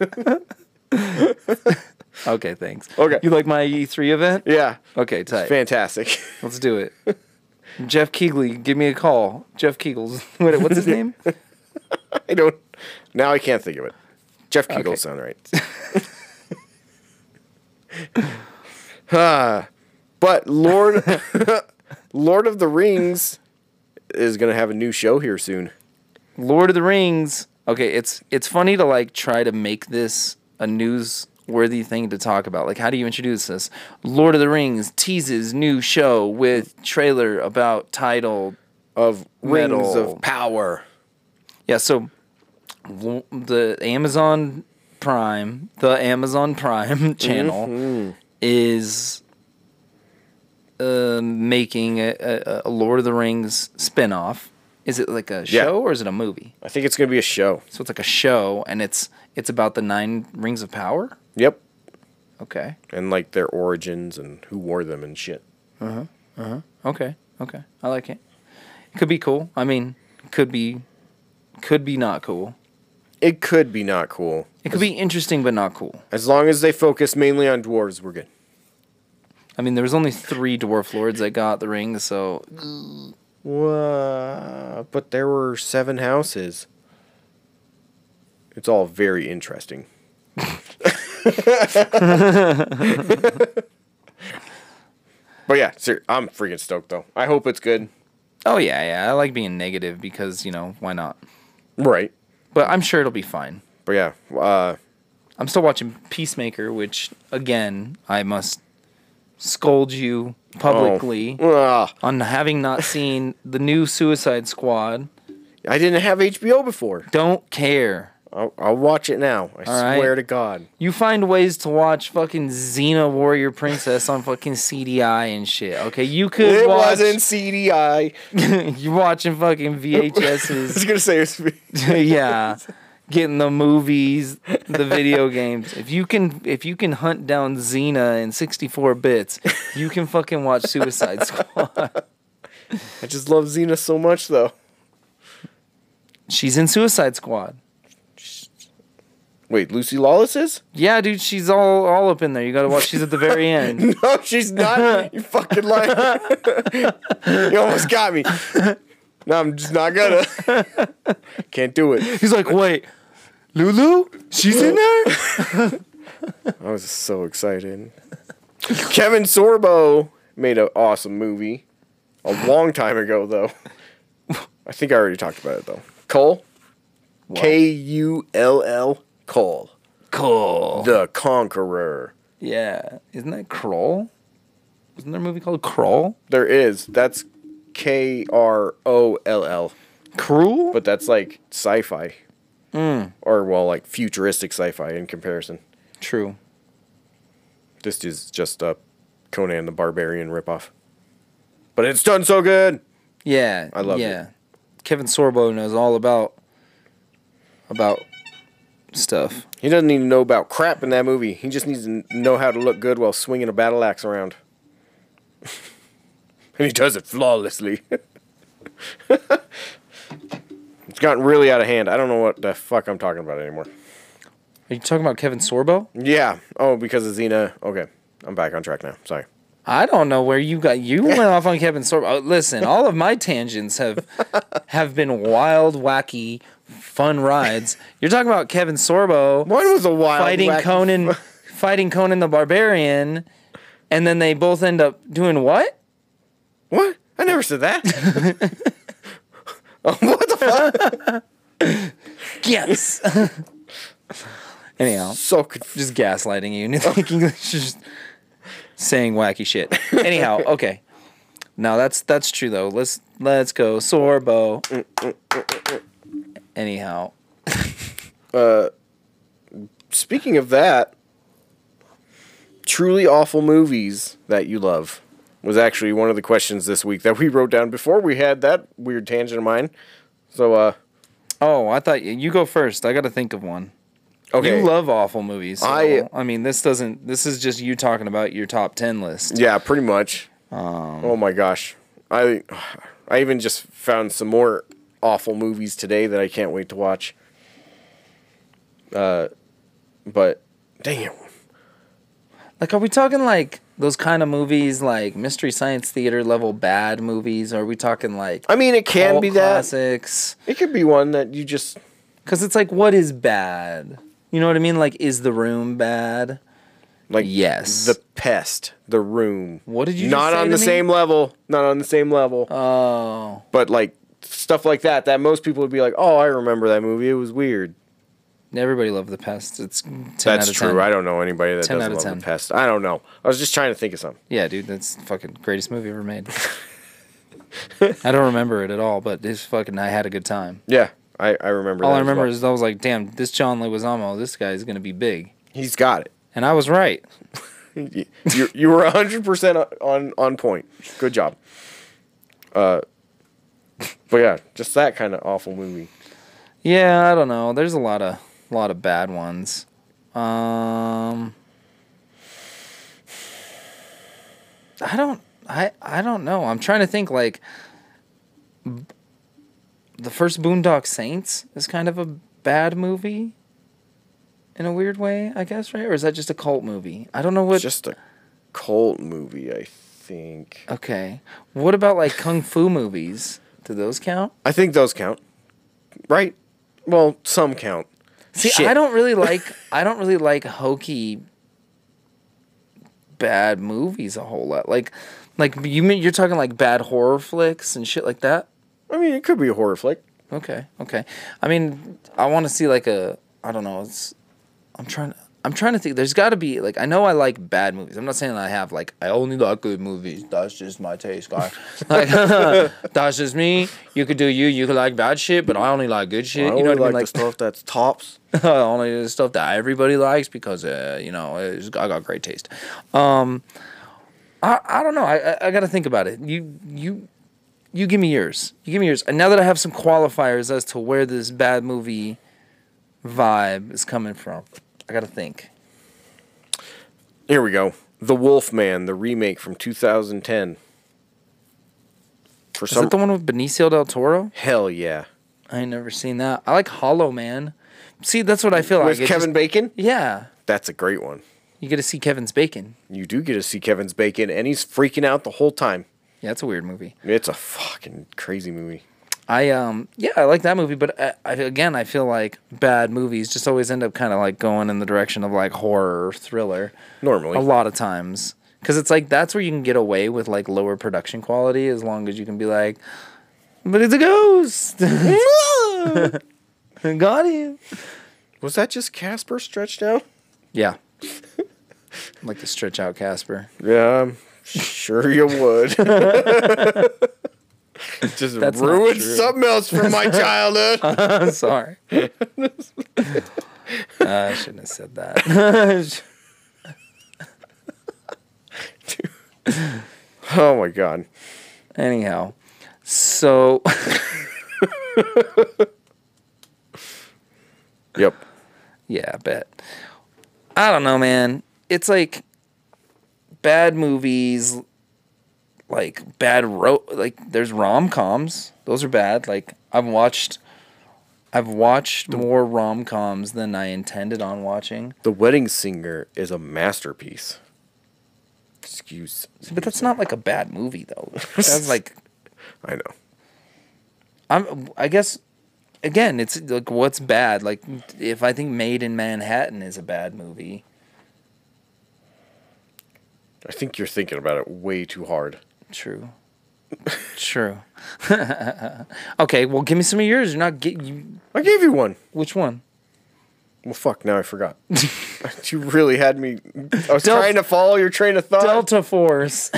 Speaker 2: Okay, thanks.
Speaker 1: Okay.
Speaker 2: You like my E3 event?
Speaker 1: yeah.
Speaker 2: Okay, tight.
Speaker 1: Fantastic.
Speaker 2: Let's do it. Jeff Keegley, give me a call. Jeff Keegles. What, what's his name?
Speaker 1: I don't. Now I can't think of it. Jeff Kegel
Speaker 2: Okay.
Speaker 1: sound right. Ah, but Lord, Lord of the Rings is gonna have a new show here soon.
Speaker 2: Lord of the Rings. Okay, it's it's funny to like try to make this a newsworthy thing to talk about. Like, how do you introduce this? Lord of the Rings teases new show with trailer about title.
Speaker 1: Of Rings
Speaker 2: Metal.
Speaker 1: of Power.
Speaker 2: Yeah, so w- the Amazon Prime, the Amazon Prime channel is uh, making a, a, a Lord of the Rings spin-off. Is it like a show
Speaker 1: Yeah.
Speaker 2: or is it a movie?
Speaker 1: I think it's gonna be a show.
Speaker 2: So it's like a show and it's it's about the nine rings of power?
Speaker 1: Yep.
Speaker 2: Okay.
Speaker 1: And like their origins and who wore them and shit.
Speaker 2: Okay. Okay. I like it. Could be cool. I mean, could be could be not cool.
Speaker 1: It could be not cool.
Speaker 2: It could be interesting but not cool.
Speaker 1: As long as they focus mainly on dwarves, we're good.
Speaker 2: I mean, there was only 3 dwarf lords that got the ring, so
Speaker 1: Wha- but there were seven houses. It's all very interesting. But yeah, ser- I'm freaking stoked though. I hope it's good.
Speaker 2: Oh yeah, yeah. I like being negative because you know why not?
Speaker 1: Right.
Speaker 2: But I'm sure it'll be fine.
Speaker 1: But yeah, uh,
Speaker 2: I'm still watching Peacemaker, which again I must scold you publicly
Speaker 1: ugh.
Speaker 2: on having not seen the new Suicide Squad.
Speaker 1: I didn't have HBO before.
Speaker 2: Don't care.
Speaker 1: I'll, I'll watch it now. I
Speaker 2: right.
Speaker 1: swear to God.
Speaker 2: You find ways to watch fucking Xena Warrior Princess on fucking CDI and shit. Okay, you could
Speaker 1: It
Speaker 2: watch.
Speaker 1: wasn't CDI.
Speaker 2: you watching fucking
Speaker 1: I
Speaker 2: VHSs.
Speaker 1: was gonna say it's
Speaker 2: yeah. Getting the movies, the video games. If you can, if you can hunt down Xena in 64 bits, you can fucking watch Suicide Squad.
Speaker 1: I just love Xena so much though.
Speaker 2: She's in Suicide Squad.
Speaker 1: Wait, Lucy Lawless is?
Speaker 2: Yeah, dude, she's all all up in there. You gotta watch. She's at the very end.
Speaker 1: No, she's not. You fucking liar. you almost got me. No, I'm just not gonna. Can't do it.
Speaker 2: He's like, wait, Lulu, she's in there.
Speaker 1: I was so excited. Kevin Sorbo made an awesome movie a long time ago, though. I think I already talked about it, though. Cole? K U L L Cole.
Speaker 2: Cool.
Speaker 1: The Conqueror.
Speaker 2: Yeah. Isn't that Crawl? Isn't there a movie called Crawl?
Speaker 1: There is. That's K R O L L.
Speaker 2: Cruel?
Speaker 1: But that's like sci fi. Or, well, like futuristic sci fi in comparison.
Speaker 2: True.
Speaker 1: This is just a Conan the Barbarian ripoff. But it's done so good.
Speaker 2: Yeah. I
Speaker 1: loved
Speaker 2: yeah. Kevin Sorbo knows all about about stuff.
Speaker 1: He doesn't need to know about crap in that movie. He just needs to kn- know how to look good while swinging a battle axe around. and he does it flawlessly. it's gotten really out of hand. I don't know what the fuck I'm talking about anymore.
Speaker 2: Are you talking about Kevin Sorbo?
Speaker 1: Yeah. Oh, because of Xena. Okay. I'm back on track now. Sorry.
Speaker 2: I don't know where you got you went off on Kevin Sorbo. Oh, listen, all of my tangents have have been wild, wacky, fun rides. You're talking about Kevin Sorbo.
Speaker 1: One was a wild
Speaker 2: fighting
Speaker 1: whack-
Speaker 2: Conan, fighting Conan the Barbarian, and then they both end up doing what?
Speaker 1: What? I never said that. Oh, what the fuck?
Speaker 2: Yes. Anyhow,
Speaker 1: So confused.
Speaker 2: just gaslighting you and thinking that you're just saying wacky shit. Anyhow, okay. No, that's that's true though. Let's let's go Sorbo. Anyhow,
Speaker 1: Speaking of that, truly awful movies that you love was actually one of the questions this week that we wrote down before we had that weird tangent of mine. So, uh,
Speaker 2: oh, I thought you, you go first. I got to think of one.
Speaker 1: okay.
Speaker 2: You love awful movies. so,
Speaker 1: I-
Speaker 2: I mean, this doesn't. This is just you talking about your top ten list.
Speaker 1: Yeah, pretty much. oh my gosh. I I even just found some more awful movies today that I can't wait to watch. Uh, but dang it.
Speaker 2: Like, are we talking like those kind of movies, like Mystery Science Theater level bad movies? Or are we talking like
Speaker 1: I mean, it can
Speaker 2: cult
Speaker 1: be that.
Speaker 2: classics?
Speaker 1: It could be one that you just
Speaker 2: Because it's like, what is bad? You know what I mean? Like, is the room bad?
Speaker 1: Like
Speaker 2: Yes.
Speaker 1: the pest, the room.
Speaker 2: What did you just
Speaker 1: Not
Speaker 2: say
Speaker 1: on
Speaker 2: to
Speaker 1: the
Speaker 2: me?
Speaker 1: same level. Not on the same level.
Speaker 2: Oh,
Speaker 1: but like stuff like that, that most people would be like, "Oh, I remember that movie. It was weird."
Speaker 2: everybody loved the pest. It's ten
Speaker 1: That's
Speaker 2: out of
Speaker 1: true.
Speaker 2: 10.
Speaker 1: I don't know anybody that
Speaker 2: 10
Speaker 1: doesn't
Speaker 2: out
Speaker 1: love
Speaker 2: of 10.
Speaker 1: the pest. I don't know. I was just trying to think of something.
Speaker 2: Yeah, dude, that's fucking greatest movie ever made. I don't remember it at all, but this fucking I had a good time.
Speaker 1: Yeah, I I remember.
Speaker 2: All
Speaker 1: that
Speaker 2: I remember
Speaker 1: as
Speaker 2: is I was like, damn, this John Leguizamo, this guy is gonna be big,
Speaker 1: well. he's got
Speaker 2: and I was right.
Speaker 1: it. you you were hundred percent on on point. Good job. Uh, but yeah, just that kind of awful movie.
Speaker 2: Yeah, I don't know. There's a lot of lot of bad ones. Um I don't I I don't know. I'm trying to think like b- the first Boondock Saints is kind of a bad movie in a weird way, I guess, right? Or is that just a cult movie? I don't know what
Speaker 1: It's just a cult movie, I think.
Speaker 2: Okay. What about like kung fu movies? Do those count?
Speaker 1: I think those count, right? Well, some count.
Speaker 2: See,
Speaker 1: Shit.
Speaker 2: I don't really like I don't really like hokey bad movies a whole lot. Like Like you mean you're talking like bad horror flicks and shit like that?
Speaker 1: I mean, it could be a horror flick.
Speaker 2: Okay, okay. I mean, I want to see like a I don't know. It's I'm trying. I'm trying to think. There's got to be like I know I like bad movies. I'm not saying I have like I only like good movies. That's just my taste, guy. like that's just me. You could do you. You could like bad shit, but I only like good shit.
Speaker 1: I
Speaker 2: you know
Speaker 1: only
Speaker 2: what I mean?
Speaker 1: like the stuff that's tops.
Speaker 2: I only do the stuff that everybody likes because uh, you know it's, I got great taste. Um, I I don't know. I I, I got to think about it. You you you give me yours. You give me yours. And now that I have some qualifiers as to where this bad movie vibe is coming from, I got to think.
Speaker 1: Here we go. The Wolfman, the remake from 2010. For
Speaker 2: Is
Speaker 1: some
Speaker 2: that the one with Benicio del Toro?
Speaker 1: hell yeah.
Speaker 2: I ain't never seen that. I like Hollow Man. See, that's what Oh, I feel like.
Speaker 1: With
Speaker 2: It
Speaker 1: Kevin
Speaker 2: just-
Speaker 1: Bacon?
Speaker 2: yeah,
Speaker 1: That's a great one.
Speaker 2: you get to see Kevin's bacon.
Speaker 1: You do get to see Kevin's Bacon and he's freaking out the whole time.
Speaker 2: Yeah, that's a weird movie.
Speaker 1: It's a fucking crazy movie.
Speaker 2: I um yeah, I like that movie, but uh, I, I, again, I feel like bad movies just always end up kind of like going in the direction of like horror or thriller
Speaker 1: Normally.
Speaker 2: a lot of times because it's like that's where you can get away with like lower production quality as long as you can be like, but it's a ghost. Got him.
Speaker 1: Was that just Casper stretched out?
Speaker 2: Yeah. like to stretch out Casper.
Speaker 1: Yeah, I'm sure you would. just
Speaker 2: That's not
Speaker 1: ruined
Speaker 2: true.
Speaker 1: something else from my childhood.
Speaker 2: I'm sorry. Uh, I shouldn't have said that.
Speaker 1: oh my god.
Speaker 2: Anyhow, so
Speaker 1: Yep.
Speaker 2: yeah, I bet. I don't know, man. It's like bad movies, like bad ro like there's rom coms. Those are bad. Like I've watched, I've watched more rom coms than I intended on watching.
Speaker 1: The Wedding Singer is a masterpiece. Excuse.
Speaker 2: But that's not like a bad movie though. That's like
Speaker 1: I know.
Speaker 2: I'm. I guess again, it's like what's bad. Like if I think Made in Manhattan is a bad movie,
Speaker 1: I think you're thinking about it way too hard.
Speaker 2: true, true. okay, well, give me some of yours. You're not get you.
Speaker 1: I gave you one.
Speaker 2: Which one?
Speaker 1: Well, fuck. Now I forgot. you really had me. I was trying to follow your train of thought.
Speaker 2: Delta Force.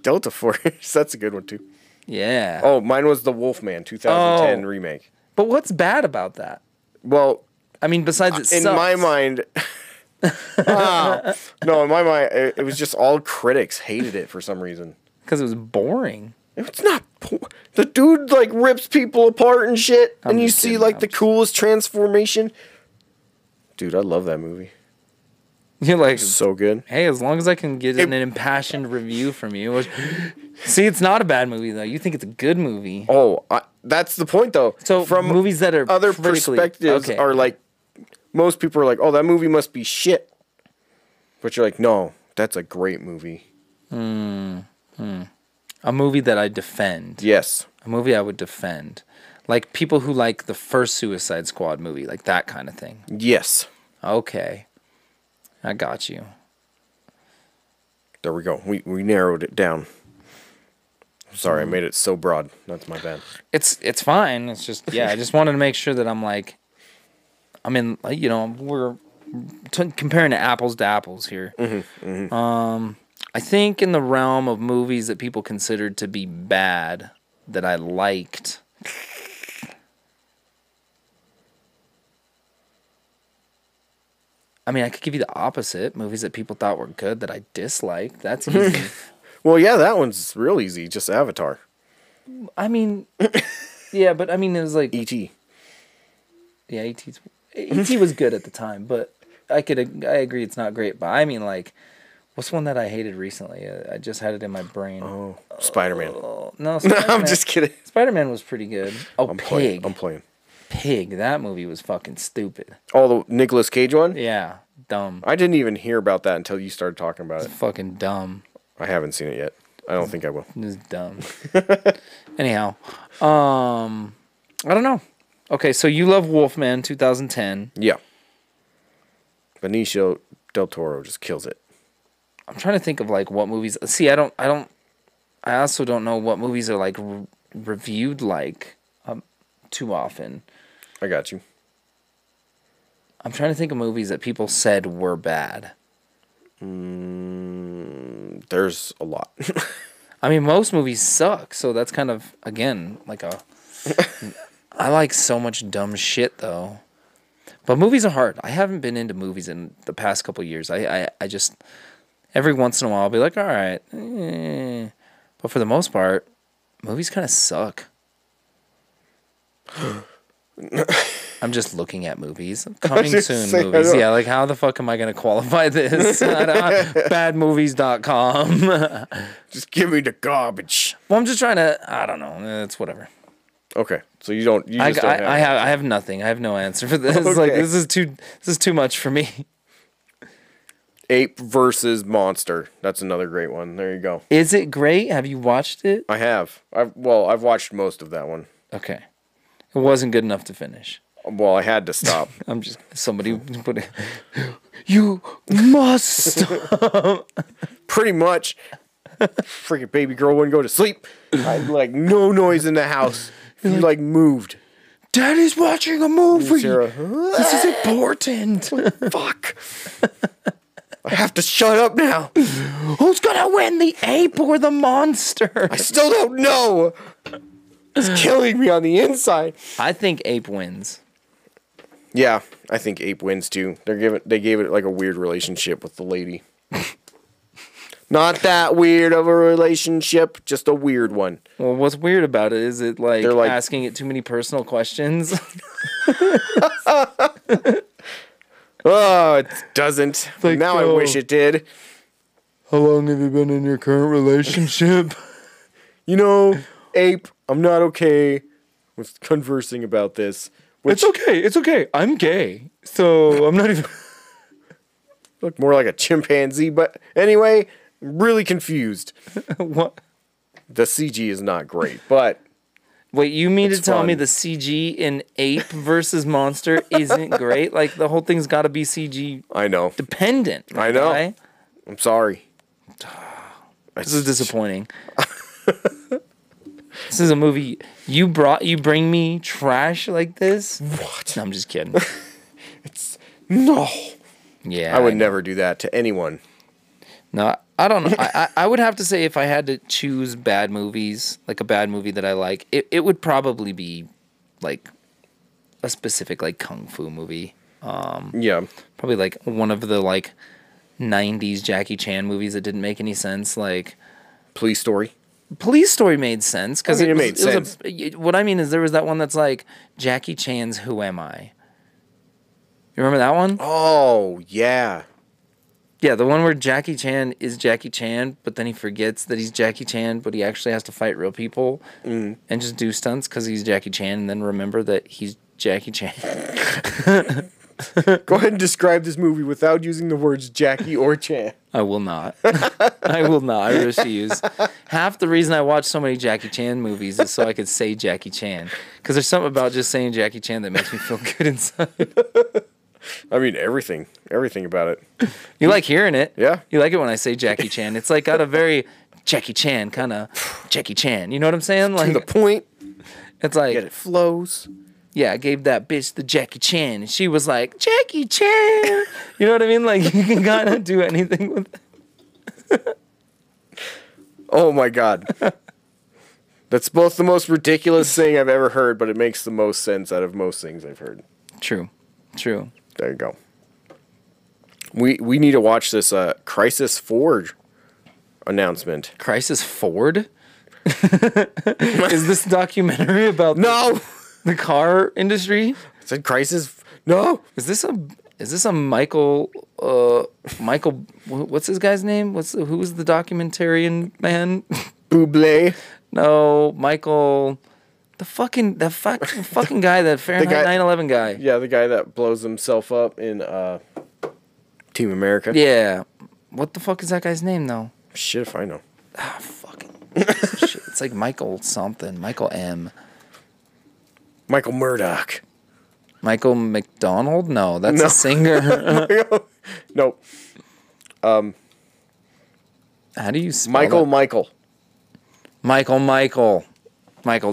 Speaker 1: Delta Force. That's a good one too.
Speaker 2: yeah.
Speaker 1: Oh, mine was the Wolfman 2010
Speaker 2: Oh.
Speaker 1: remake.
Speaker 2: But what's bad about that?
Speaker 1: Well,
Speaker 2: I mean, besides it
Speaker 1: in
Speaker 2: sucks.
Speaker 1: my mind. Ah. no, in my mind, it, it was just all critics hated it for some reason.
Speaker 2: because it was boring.
Speaker 1: It's not. po- The dude like rips people apart and shit,
Speaker 2: I'm
Speaker 1: and you
Speaker 2: just
Speaker 1: see
Speaker 2: kidding,
Speaker 1: like
Speaker 2: I'm
Speaker 1: the coolest transformation. Dude, I love that movie.
Speaker 2: You're like,
Speaker 1: So good.
Speaker 2: hey, as long as I can get an impassioned review from you. Which, see, it's not a bad movie though. You think it's a good movie.
Speaker 1: Oh, I, that's the point though.
Speaker 2: So
Speaker 1: from
Speaker 2: movies that are
Speaker 1: other
Speaker 2: critically-
Speaker 1: perspectives
Speaker 2: okay.
Speaker 1: are like most people are like, oh, that movie must be shit. But you're like, no, that's a great movie.
Speaker 2: A movie that I defend.
Speaker 1: Yes,
Speaker 2: a movie I would defend. Like people who like the first Suicide Squad movie, like that kind of thing.
Speaker 1: yes.
Speaker 2: Okay. I got you.
Speaker 1: There we go. We we narrowed it down. Sorry, I made it so broad. That's my bad.
Speaker 2: It's it's fine. It's just yeah, I just wanted to make sure that I'm like I mean, like, you know, we're t- comparing to apples to apples here. Um I think in the realm of movies that people considered to be bad that I liked. I mean, I could give you the opposite movies that people thought were good that I disliked. That's easy.
Speaker 1: Well, yeah, that one's real easy. Just Avatar,
Speaker 2: I mean, yeah, but I mean, it was like
Speaker 1: E.T.
Speaker 2: yeah, E ET's, ET was good at the time, but I could ag- I agree it's not great. But I mean, like, what's one that I hated recently? Uh, I just had it in my brain.
Speaker 1: Oh, Spider Man.
Speaker 2: Oh, no,
Speaker 1: No,
Speaker 2: Spider-Man,
Speaker 1: I'm just kidding.
Speaker 2: Spider Man was pretty good. Oh,
Speaker 1: I'm
Speaker 2: Pig,
Speaker 1: playing. I'm playing.
Speaker 2: Pig. That movie was fucking stupid.
Speaker 1: Oh, the Nicolas Cage one.
Speaker 2: Yeah, dumb.
Speaker 1: I didn't even hear about that until you started talking about it.
Speaker 2: Fucking dumb.
Speaker 1: I haven't seen it yet. I don't think I will.
Speaker 2: It was dumb. Anyhow, um, I don't know. Okay, so you love Wolfman 2010.
Speaker 1: Yeah. Benicio del Toro just kills it.
Speaker 2: I'm trying to think of like what movies. See, I don't, I don't, I also don't know what movies are like re- reviewed like um, too often.
Speaker 1: I got you.
Speaker 2: I'm trying to think of movies that people said were bad.
Speaker 1: There's a lot.
Speaker 2: I mean, most movies suck, so that's kind of again like a. I like so much dumb shit though, but movies are hard. I haven't been into movies in the past couple years. I I, I just every once in a while I'll be like, all right, eh. but for the most part, movies kind of suck. I'm just looking at movies. Coming
Speaker 1: just
Speaker 2: soon
Speaker 1: saying, I
Speaker 2: movies.
Speaker 1: don't-
Speaker 2: Yeah, like how the fuck am I gonna qualify this? Badmovies.com.
Speaker 1: Just give me the garbage.
Speaker 2: Well, I'm just trying to. I don't know. It's whatever.
Speaker 1: Okay, so you don't. You
Speaker 2: I,
Speaker 1: just
Speaker 2: I,
Speaker 1: don't have.
Speaker 2: I have I have nothing. I have no answer for this. Like
Speaker 1: Okay.
Speaker 2: this is too this is too much for me.
Speaker 1: Ape versus monster. That's another great one. There you go.
Speaker 2: Is it great? Have you watched it?
Speaker 1: I have. I've well, I've watched most of that one.
Speaker 2: Okay, it wasn't good enough to finish.
Speaker 1: Well, I had to stop.
Speaker 2: I'm just somebody put it. You must.
Speaker 1: Pretty much. Freaking baby girl wouldn't go to sleep. I had, like no noise in the house. If you like moved.
Speaker 2: Daddy's watching a movie.
Speaker 1: Sarah,
Speaker 2: This is important.
Speaker 1: fuck. I have to shut up now.
Speaker 2: Who's gonna win, the ape or the monster?
Speaker 1: I still don't know. It's killing me on the inside.
Speaker 2: I think ape wins.
Speaker 1: Yeah, I think Ape wins too. They're giving they gave it like a weird relationship with the lady. Not that weird of a relationship, just a weird one.
Speaker 2: Well, what's weird about it is it like,
Speaker 1: They're like-
Speaker 2: asking it too many personal questions.
Speaker 1: Oh, it doesn't.
Speaker 2: like,
Speaker 1: now I
Speaker 2: oh.
Speaker 1: wish it did.
Speaker 2: How long have you been in your current relationship?
Speaker 1: You know, Ape, I'm not okay with conversing about this. Which
Speaker 2: It's okay. It's okay. I'm gay, so I'm not even.
Speaker 1: looked more like a chimpanzee, but anyway, I'm really confused.
Speaker 2: what?
Speaker 1: The CG is not great, but
Speaker 2: Wait, you mean
Speaker 1: It's
Speaker 2: to tell me
Speaker 1: fun.
Speaker 2: the CG in Ape versus Monster isn't great? Like the whole thing's got to be CG
Speaker 1: I know.
Speaker 2: dependent. my
Speaker 1: I know.
Speaker 2: guy.
Speaker 1: I'm sorry.
Speaker 2: This is disappointing. this is a movie you brought. You bring me trash like this? What? No, I'm just kidding.
Speaker 1: No.
Speaker 2: Yeah,
Speaker 1: I would never do that to anyone.
Speaker 2: No, I don't know. I, I I would have to say if I had to choose bad movies, like a bad movie that I like, it, it would probably be like a specific like kung fu movie.
Speaker 1: Yeah.
Speaker 2: Probably like one of the like 90s Jackie Chan movies that didn't make any sense. Like
Speaker 1: Police story.
Speaker 2: Police Story made sense because
Speaker 1: I mean,
Speaker 2: it,
Speaker 1: it
Speaker 2: was-
Speaker 1: made
Speaker 2: it was a- y- what I mean is there was that one that's like Jackie Chan's Who Am I? You remember that one?
Speaker 1: Oh, yeah.
Speaker 2: Yeah, the one where Jackie Chan is Jackie Chan, but then he forgets that he's Jackie Chan, but he actually has to fight real people
Speaker 1: Mm.
Speaker 2: and just do stunts because he's Jackie Chan, and then remember that he's Jackie Chan.
Speaker 1: Go ahead and describe this movie without using the words Jackie or Chan.
Speaker 2: I will not. I will not. I refuse. Half the reason I watch so many Jackie Chan movies is so I could say Jackie Chan because there's something about just saying Jackie Chan that makes me feel good inside.
Speaker 1: I mean, everything. Everything about it.
Speaker 2: You like hearing it.
Speaker 1: Yeah.
Speaker 2: You like it when I say Jackie Chan. It's like got a very Jackie Chan kind of Jackie Chan. You know what I'm saying?
Speaker 1: To the
Speaker 2: Like
Speaker 1: point,
Speaker 2: it's like
Speaker 1: yet it flows.
Speaker 2: yeah, I gave that bitch the Jackie Chan, and she was like, Jackie Chan. You know what I mean? Like you can kind of do anything with. It.
Speaker 1: Oh my god. That's both the most ridiculous thing I've ever heard, but it makes the most sense out of most things I've heard.
Speaker 2: True, true.
Speaker 1: There you go. We we need to watch this uh, Crisis Forge announcement.
Speaker 2: Crisis Ford. Is this documentary about
Speaker 1: No,
Speaker 2: the, the car industry?
Speaker 1: I said Crisis. No,
Speaker 2: Is this a is this a Michael uh Michael wh- what's his guy's name? What's the, who's the documentarian man?
Speaker 1: Buble.
Speaker 2: No, Michael the fucking the fuck, fucking guy that Fahrenheit
Speaker 1: guy-
Speaker 2: 911 guy.
Speaker 1: Yeah, the guy that blows himself up in uh, Team America.
Speaker 2: Yeah. What the fuck is that guy's name though?
Speaker 1: Shit, if I know.
Speaker 2: Ah, fucking. shit. It's like Michael something. Michael M.
Speaker 1: Michael Murdoch.
Speaker 2: Michael McDonald? No, that's
Speaker 1: No.
Speaker 2: a singer.
Speaker 1: Nope.
Speaker 2: How do you spell
Speaker 1: Michael
Speaker 2: that?
Speaker 1: Michael.
Speaker 2: Michael Michael. Michael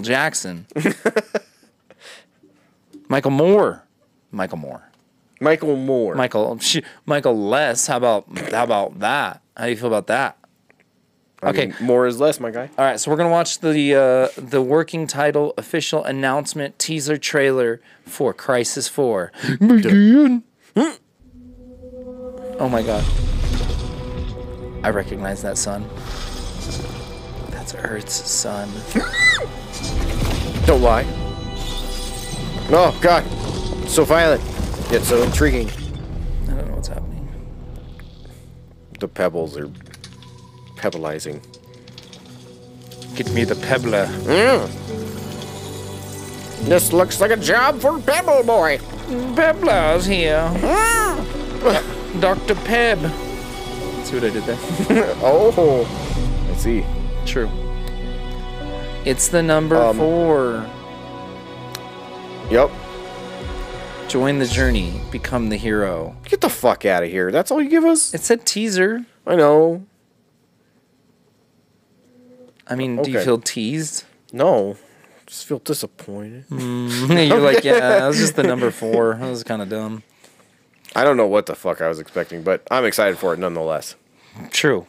Speaker 2: Jackson. Michael Moore. Michael Moore.
Speaker 1: Michael Moore.
Speaker 2: Michael sh- Michael Less. How about how about that? How do you feel about that?
Speaker 1: I
Speaker 2: okay.
Speaker 1: mean, more is less, my guy.
Speaker 2: All right, so we're gonna watch the uh, the working title official announcement teaser trailer for Crisis Four. Begin. oh my god! I recognize that son. That's Earth's son.
Speaker 1: Don't lie. Oh God, so violent, yet so intriguing.
Speaker 2: I don't know what's happening.
Speaker 1: The pebbles are pebbleizing.
Speaker 2: Get me the pebbler.
Speaker 1: This looks like a job for Pebble Boy.
Speaker 2: Pebbler's here. Doctor Peb. See what I did there.
Speaker 1: Oh, I see.
Speaker 2: True. It's the number
Speaker 1: Um,
Speaker 2: four.
Speaker 1: Yep.
Speaker 2: Join the journey. Become the hero.
Speaker 1: Get the fuck out of here. That's all you give us.
Speaker 2: It said teaser.
Speaker 1: I know.
Speaker 2: I mean, do you
Speaker 1: Okay.
Speaker 2: feel teased?
Speaker 1: No, just feel disappointed.
Speaker 2: You're like, yeah, that was just the number four. That was kind of dumb.
Speaker 1: I don't know what the fuck I was expecting, but I'm excited for it nonetheless.
Speaker 2: True.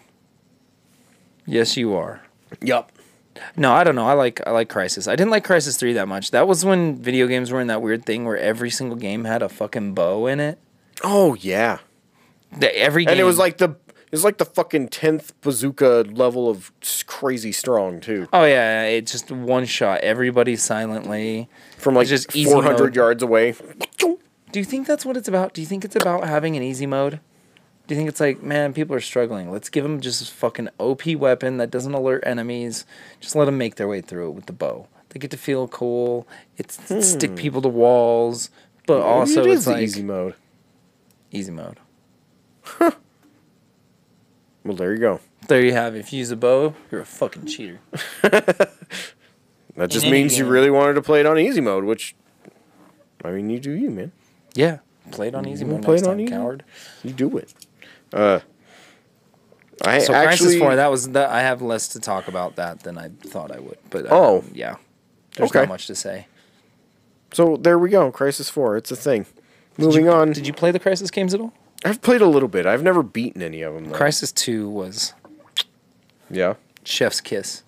Speaker 2: Yes, you are.
Speaker 1: Yep.
Speaker 2: No, I don't know. I like I like Crisis. I didn't like Crisis Three that much. That was when video games were in that weird thing where every single game had a fucking bow in it.
Speaker 1: Oh yeah.
Speaker 2: The- every game.
Speaker 1: And it was like the it was like the fucking tenth bazooka level of s- crazy strong too.
Speaker 2: oh yeah, it just one shot everybody silently.
Speaker 1: From like
Speaker 2: Just easy
Speaker 1: 400
Speaker 2: mode.
Speaker 1: yards away.
Speaker 2: Do you think that's what it's about? Do you think it's about having an easy mode? Do you think it's like, man, people are struggling. Let's give them just a fucking OP weapon that doesn't alert enemies. Just let them make their way through it with the bow. They get to feel cool. It's stick people to walls, but also
Speaker 1: Hmm. Maybe it
Speaker 2: it's
Speaker 1: is the
Speaker 2: like
Speaker 1: easy
Speaker 2: easy,
Speaker 1: mode.
Speaker 2: mode.
Speaker 1: Well, there you go.
Speaker 2: There you have. it. If you use a bow, you're a fucking cheater.
Speaker 1: That just
Speaker 2: any
Speaker 1: means you
Speaker 2: game.
Speaker 1: really wanted to play it on easy mode, which I mean, you do you, man.
Speaker 2: Yeah, play it on easy
Speaker 1: We'll
Speaker 2: mode.
Speaker 1: play
Speaker 2: next
Speaker 1: it on
Speaker 2: time,
Speaker 1: easy mode.
Speaker 2: coward.
Speaker 1: You do it. Uh I
Speaker 2: So
Speaker 1: actually
Speaker 2: Crisis Four. That was that. I have less to talk about that than I thought I would. But uh,
Speaker 1: Oh.
Speaker 2: yeah, there's
Speaker 1: Okay.
Speaker 2: not much to say.
Speaker 1: So there we go. Crisis 4. It's a thing. Moving on.
Speaker 2: Did you play the Crisis games at all?
Speaker 1: I've played a little bit. I've never beaten any of them though.
Speaker 2: Crisis Two was
Speaker 1: yeah.
Speaker 2: Chef's Kiss.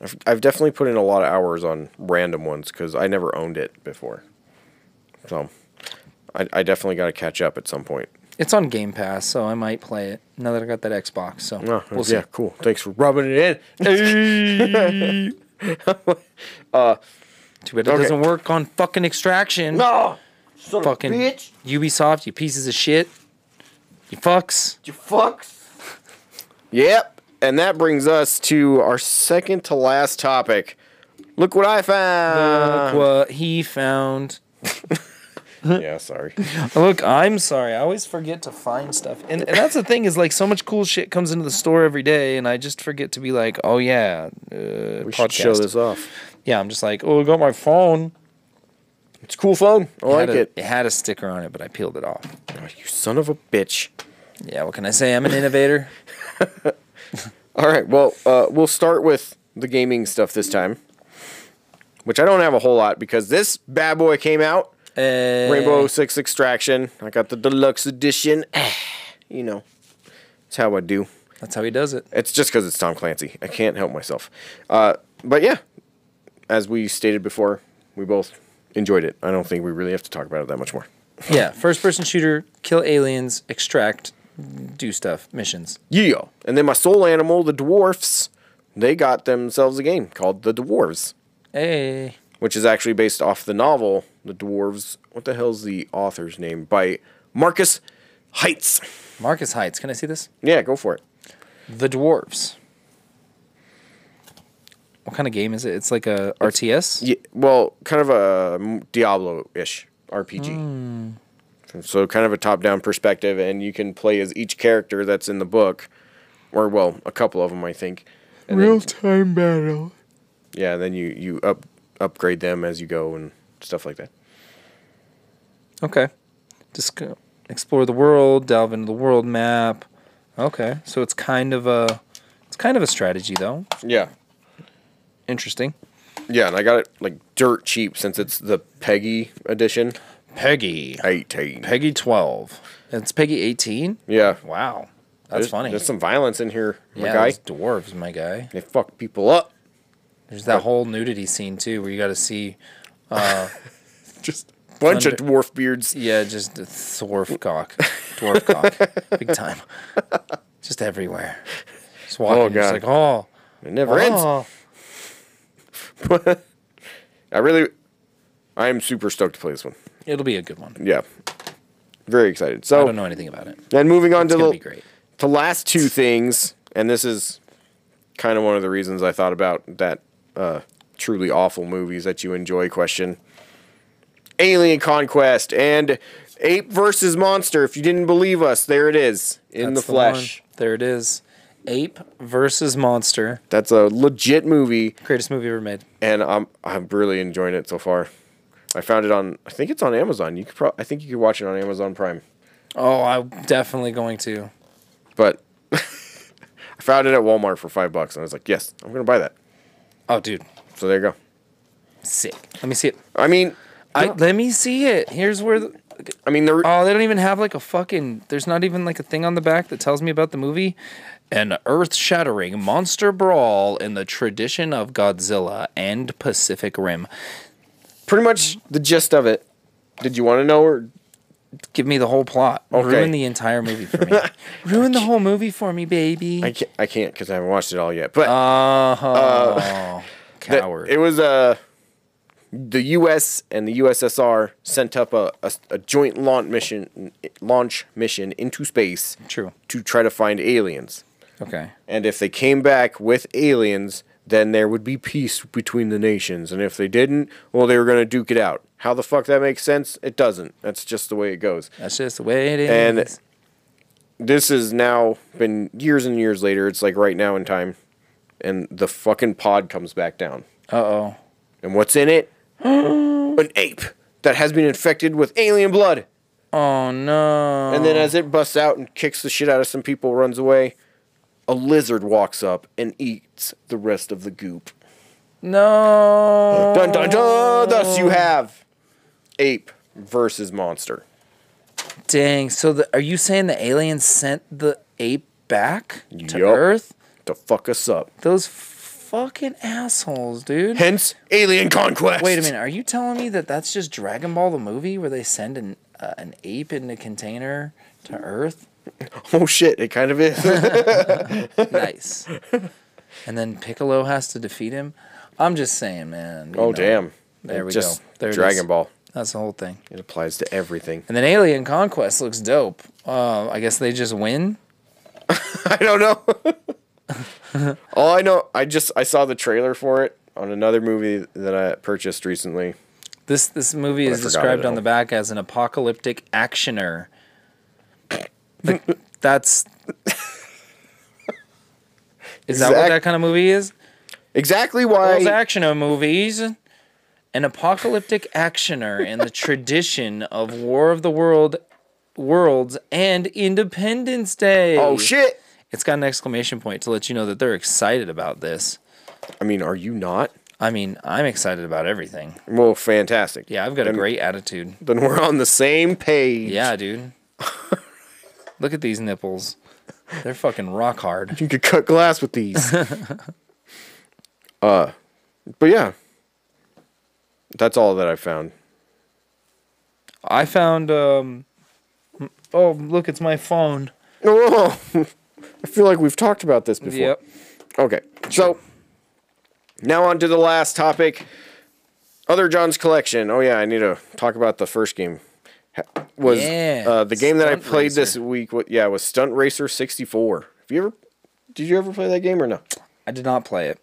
Speaker 1: I've, I've definitely put in a lot of hours on random ones because I never owned it before. So I, I definitely got to catch up at some point.
Speaker 2: It's on Game Pass, so I might play it now that I got that Xbox. So
Speaker 1: Oh,
Speaker 2: we'll see.
Speaker 1: yeah, cool. Thanks for rubbing it in.
Speaker 2: Too bad it
Speaker 1: Okay.
Speaker 2: doesn't work on fucking Extraction.
Speaker 1: no,
Speaker 2: fucking Ubisoft, you pieces of shit. You fucks.
Speaker 1: you fucks. Yep. And that brings us to our second to last topic. Look what I
Speaker 2: Look
Speaker 1: found.
Speaker 2: what he found.
Speaker 1: yeah, sorry.
Speaker 2: Look, I'm sorry. I always forget to find stuff, and, and that's the thing is like so much cool shit comes into the store every day, and I just forget to be like, oh yeah, uh,
Speaker 1: We should
Speaker 2: podcast.
Speaker 1: show this off.
Speaker 2: Yeah, I'm just like, oh, I got my phone.
Speaker 1: It's a cool phone. I like
Speaker 2: had a,
Speaker 1: it.
Speaker 2: It had a sticker on it, but I peeled it off.
Speaker 1: Oh, you son of a bitch.
Speaker 2: Yeah, what can I say? I'm an innovator.
Speaker 1: All right. Well, uh, we'll start with the gaming stuff this time, which I don't have a whole lot because this bad boy came out
Speaker 2: Uh,
Speaker 1: Rainbow Six Extraction. I got the deluxe edition. you know, it's how I do.
Speaker 2: That's how he does it.
Speaker 1: It's just because it's Tom Clancy. I can't help myself. Uh, but yeah, as we stated before, we both enjoyed it. I don't think we really have to talk about it that much more.
Speaker 2: Yeah, first person shooter, kill aliens, extract, do stuff, missions.
Speaker 1: Yeah. And then my soul animal, the dwarfs, they got themselves a game called The Dwarves.
Speaker 2: Hey.
Speaker 1: which is actually based off the novel The Dwarves. What the hell's the author's name? By Marcus Heitz.
Speaker 2: Marcus Heights, can I see this?
Speaker 1: Yeah, go for it.
Speaker 2: The Dwarves. What kind of game is it? It's like a RTS?
Speaker 1: Yeah, well, kind of a mm, Diablo ish RPG. So, kind of a top down perspective, and you can play as each character that's in the book, or, well, a couple of them, I think. And then-
Speaker 2: time battle.
Speaker 1: yeah, then you, you up, upgrade them as you go and stuff like that.
Speaker 2: Okay. Just go explore the world, delve into the world map. Okay. So it's kind of a it's kind of a strategy though.
Speaker 1: Yeah.
Speaker 2: interesting.
Speaker 1: Yeah, and I got it like dirt cheap since it's the Peggy edition.
Speaker 2: Peggy.
Speaker 1: 18.
Speaker 2: Peggy 12. It's Peggy 18?
Speaker 1: Yeah.
Speaker 2: Wow. That's
Speaker 1: There's-
Speaker 2: funny.
Speaker 1: There's some violence in here, my
Speaker 2: yeah,
Speaker 1: guy.
Speaker 2: those dwarves, my guy.
Speaker 1: They fuck people up.
Speaker 2: There's that whole nudity scene, too, where you got to see,
Speaker 1: Just bunch of dwarf beards.
Speaker 2: yeah, just the dwarf cock. Dwarf cock. Big time. Just everywhere. Just walking.
Speaker 1: Oh,
Speaker 2: Just
Speaker 1: God.
Speaker 2: like, oh.
Speaker 1: It never ends.
Speaker 2: oh.
Speaker 1: I really, I am super stoked to play this one.
Speaker 2: It'll be a good one.
Speaker 1: Yeah. Very excited.
Speaker 2: I
Speaker 1: So,
Speaker 2: don't know anything about it.
Speaker 1: And moving on to
Speaker 2: gonna
Speaker 1: Oh. the
Speaker 2: be great.
Speaker 1: the last two things, and this is kind of one of the reasons I thought about that uh, truly awful movies that you enjoy question. Alien Conquest and Ape versus Monster. If you didn't believe us, there it is in
Speaker 2: That's
Speaker 1: the flesh.
Speaker 2: one. There it is. Ape versus Monster.
Speaker 1: That's a legit movie,
Speaker 2: Greatest movie ever made.
Speaker 1: and I'm I'm really enjoying it so far. I found it on I think it's on Amazon. You could pro- I think you could watch it on Amazon Prime.
Speaker 2: Oh, I'm definitely going to.
Speaker 1: But I found it at Walmart for five bucks, and I was like, yes, I'm gonna buy that.
Speaker 2: Oh, dude.
Speaker 1: So there you go.
Speaker 2: Sick. Let me see it.
Speaker 1: I mean,
Speaker 2: I, let me see it. Here's where. The,
Speaker 1: I mean, the re-
Speaker 2: oh, they don't even have like a fucking. There's not even like a thing on the back that tells me about the movie. An earth shattering monster brawl in the tradition of Godzilla and Pacific Rim.
Speaker 1: pretty much the gist of it. Did you want to know? Or
Speaker 2: Give me the whole plot.
Speaker 1: Okay.
Speaker 2: Ruin the entire movie for me. Ruin the whole movie for me, baby.
Speaker 1: I can't. I can't because I haven't watched it all yet. But
Speaker 2: Oh,
Speaker 1: th-
Speaker 2: coward.
Speaker 1: it was uh, the U.S. and the USSR sent up a, a, a joint launch mission launch mission into space
Speaker 2: True.
Speaker 1: to try to find aliens.
Speaker 2: Okay.
Speaker 1: And if they came back with aliens, then there would be peace between the nations. And if they didn't, well, they were going to duke it out. How the fuck that makes sense? It doesn't. That's just the way it goes.
Speaker 2: That's just the way it is.
Speaker 1: And- this has now been years and years later. It's like right now in time, and the fucking pod comes back down.
Speaker 2: uh oh.
Speaker 1: And what's in it? An ape that has been infected with alien blood.
Speaker 2: Oh no.
Speaker 1: And then as it busts out and kicks the shit out of some people, runs away, a lizard walks up and eats the rest of the goop.
Speaker 2: no.
Speaker 1: Dun dun dun! Thus
Speaker 2: Oh.
Speaker 1: you have ape versus monster.
Speaker 2: Dang. So the, are you saying the aliens sent the ape back to
Speaker 1: Yup.
Speaker 2: Earth?
Speaker 1: To fuck us up.
Speaker 2: Those fucking assholes, dude.
Speaker 1: Hence, alien conquest.
Speaker 2: Wait a minute. Are you telling me that that's just Dragon Ball the movie where they send an uh, an ape in a container to Earth?
Speaker 1: Oh shit! It kind of is.
Speaker 2: Nice. and then Piccolo has to defeat him. I'm just saying, man. you
Speaker 1: Oh
Speaker 2: know.
Speaker 1: damn!
Speaker 2: There we
Speaker 1: Just
Speaker 2: go. There it
Speaker 1: Dragon
Speaker 2: is.
Speaker 1: Ball.
Speaker 2: That's the whole thing.
Speaker 1: It applies to everything.
Speaker 2: And then Alien Conquest looks dope. Uh, I guess they just win.
Speaker 1: I don't know. All I know, I just I saw the trailer for it on another movie that I purchased recently.
Speaker 2: This this movie is
Speaker 1: forgot
Speaker 2: described
Speaker 1: it
Speaker 2: on
Speaker 1: all.
Speaker 2: the back as an apocalyptic actioner. Like, that's is that what
Speaker 1: Exact-
Speaker 2: that kind of movie is?
Speaker 1: Exactly why
Speaker 2: Those actioner movies. An apocalyptic actioner in the tradition of War of the World Worlds and Independence Day.
Speaker 1: Oh shit.
Speaker 2: It's got an exclamation point to let you know that they're excited about this.
Speaker 1: I mean, are you not?
Speaker 2: I mean, I'm excited about everything.
Speaker 1: Well, fantastic.
Speaker 2: Yeah, I've got a great attitude.
Speaker 1: Then we're on the same page.
Speaker 2: Yeah, dude. Look at these nipples. They're fucking rock hard.
Speaker 1: You could cut glass with these. uh but yeah. That's all that I found.
Speaker 2: I found um Oh, look, it's my phone.
Speaker 1: Oh, I feel like we've talked about this before.
Speaker 2: Yep.
Speaker 1: Okay. So now on to the last topic. Other John's collection. Oh yeah, I need to talk about the first game. Ha- Was
Speaker 2: Yeah,
Speaker 1: uh, the game that I
Speaker 2: Stunt
Speaker 1: played this
Speaker 2: Racer.
Speaker 1: week? wa- yeah, was Stunt Racer sixty four. Have you ever? Did you ever play that game or no?
Speaker 2: I did not play it.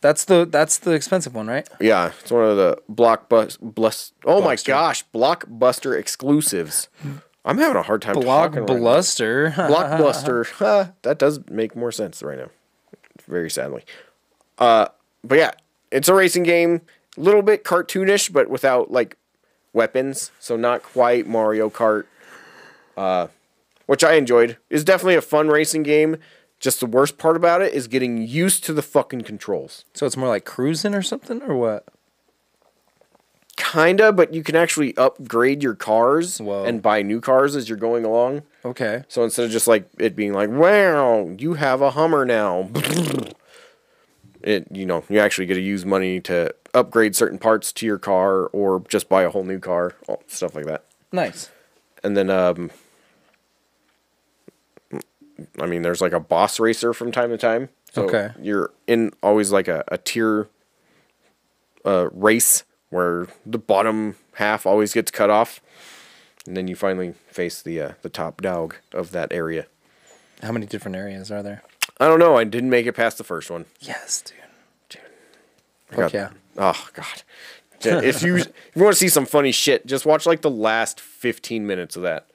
Speaker 2: That's the that's the expensive one, right?
Speaker 1: Yeah, it's one of the blockbuster. Blus- oh my
Speaker 2: Blockster.
Speaker 1: gosh, blockbuster exclusives. I'm having a hard time.
Speaker 2: Block
Speaker 1: talking right now.
Speaker 2: Bluster.
Speaker 1: Blockbuster. Huh, that does make more sense right now. Very sadly. Uh, but yeah, it's a racing game, a little bit cartoonish, but without like weapons, so not quite Mario Kart. Uh, which I enjoyed. Is definitely a fun racing game. Just the worst part about it is getting used to the fucking controls.
Speaker 2: So it's more like cruising or something, or what?
Speaker 1: Kinda, but you can actually upgrade your cars
Speaker 2: Whoa.
Speaker 1: and buy new cars as you're going along.
Speaker 2: Okay.
Speaker 1: So instead of just like it being like, wow, you have a Hummer now, it you know you actually get to use money to upgrade certain parts to your car or just buy a whole new car, all- stuff like that.
Speaker 2: Nice.
Speaker 1: And then, um, I mean, there's like a boss racer from time to time. So
Speaker 2: Okay.
Speaker 1: You're in always like a, a tier uh, race where the bottom half always gets cut off. And then you finally face the uh, the top dog of that area.
Speaker 2: How many different areas are there?
Speaker 1: I don't know. I didn't make it past the first one.
Speaker 2: Yes, dude.
Speaker 1: I
Speaker 2: Fuck
Speaker 1: got-
Speaker 2: yeah.
Speaker 1: Oh God. Yeah, if you if you want to see some funny shit, just watch like the last 15 minutes of that.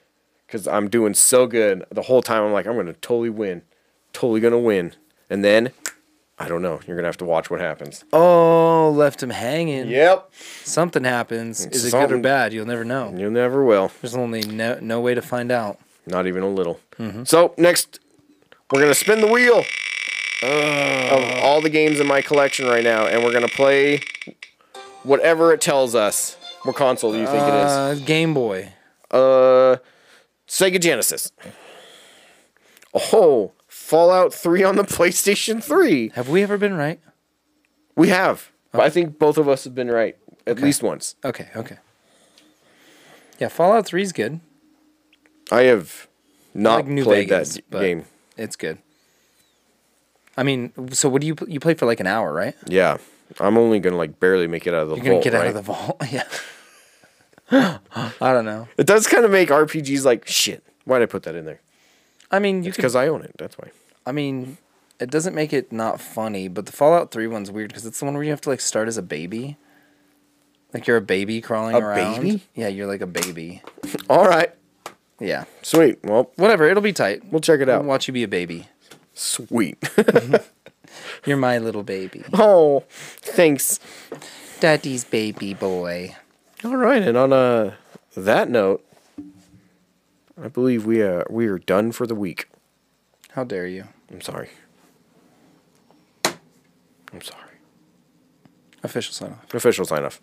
Speaker 1: Cause I'm doing so good the whole time. I'm like, I'm gonna totally win, totally gonna win. And then, I don't know. You're gonna have to watch what happens.
Speaker 2: Oh, left him hanging.
Speaker 1: Yep.
Speaker 2: Something happens. Is it good or
Speaker 1: Something-
Speaker 2: bad? You'll never know.
Speaker 1: You never will.
Speaker 2: There's only no, no way to find out.
Speaker 1: Not even a little.
Speaker 2: Mm-hmm.
Speaker 1: So next, we're gonna spin the wheel of all the games in my collection right now, and we're gonna play whatever it tells us. What console do you think it is?
Speaker 2: Uh, Game Boy.
Speaker 1: Uh, Sega Genesis. Oh, Fallout 3 on the PlayStation 3.
Speaker 2: Have we ever been right?
Speaker 1: We have. I think both of us have been right at least once.
Speaker 2: Uh-huh. Okay, okay. Yeah, Fallout 3 is good.
Speaker 1: I have not
Speaker 2: Like New
Speaker 1: played
Speaker 2: Vegas,
Speaker 1: that
Speaker 2: but
Speaker 1: game.
Speaker 2: It's good. I mean, so what do you pl- you play for like an hour, right?
Speaker 1: Yeah. I'm only going to like barely make it out of the
Speaker 2: You're gonna
Speaker 1: vault,
Speaker 2: get out
Speaker 1: right?
Speaker 2: of the vault. yeah. I don't know.
Speaker 1: It does kind of make RPGs like, shit, why'd I put that in there?
Speaker 2: I mean, you could.
Speaker 1: Because I own it. That's why.
Speaker 2: I mean, it doesn't make it not funny, but the Fallout Three one's weird because it's the one where you have to like start as a baby. Like you're a baby crawling
Speaker 1: A
Speaker 2: around.
Speaker 1: baby?
Speaker 2: Yeah, you're like a baby.
Speaker 1: All right.
Speaker 2: Yeah.
Speaker 1: Sweet. Well,
Speaker 2: Whatever. It'll be tight.
Speaker 1: we'll check it out.
Speaker 2: watch you be a baby.
Speaker 1: Sweet.
Speaker 2: You're my little baby.
Speaker 1: oh, thanks.
Speaker 2: Daddy's baby boy.
Speaker 1: All right, and on uh, that note, I believe we uh, we are done for the week.
Speaker 2: How dare you?
Speaker 1: I'm sorry. I'm sorry.
Speaker 2: Official sign off.
Speaker 1: Official sign off.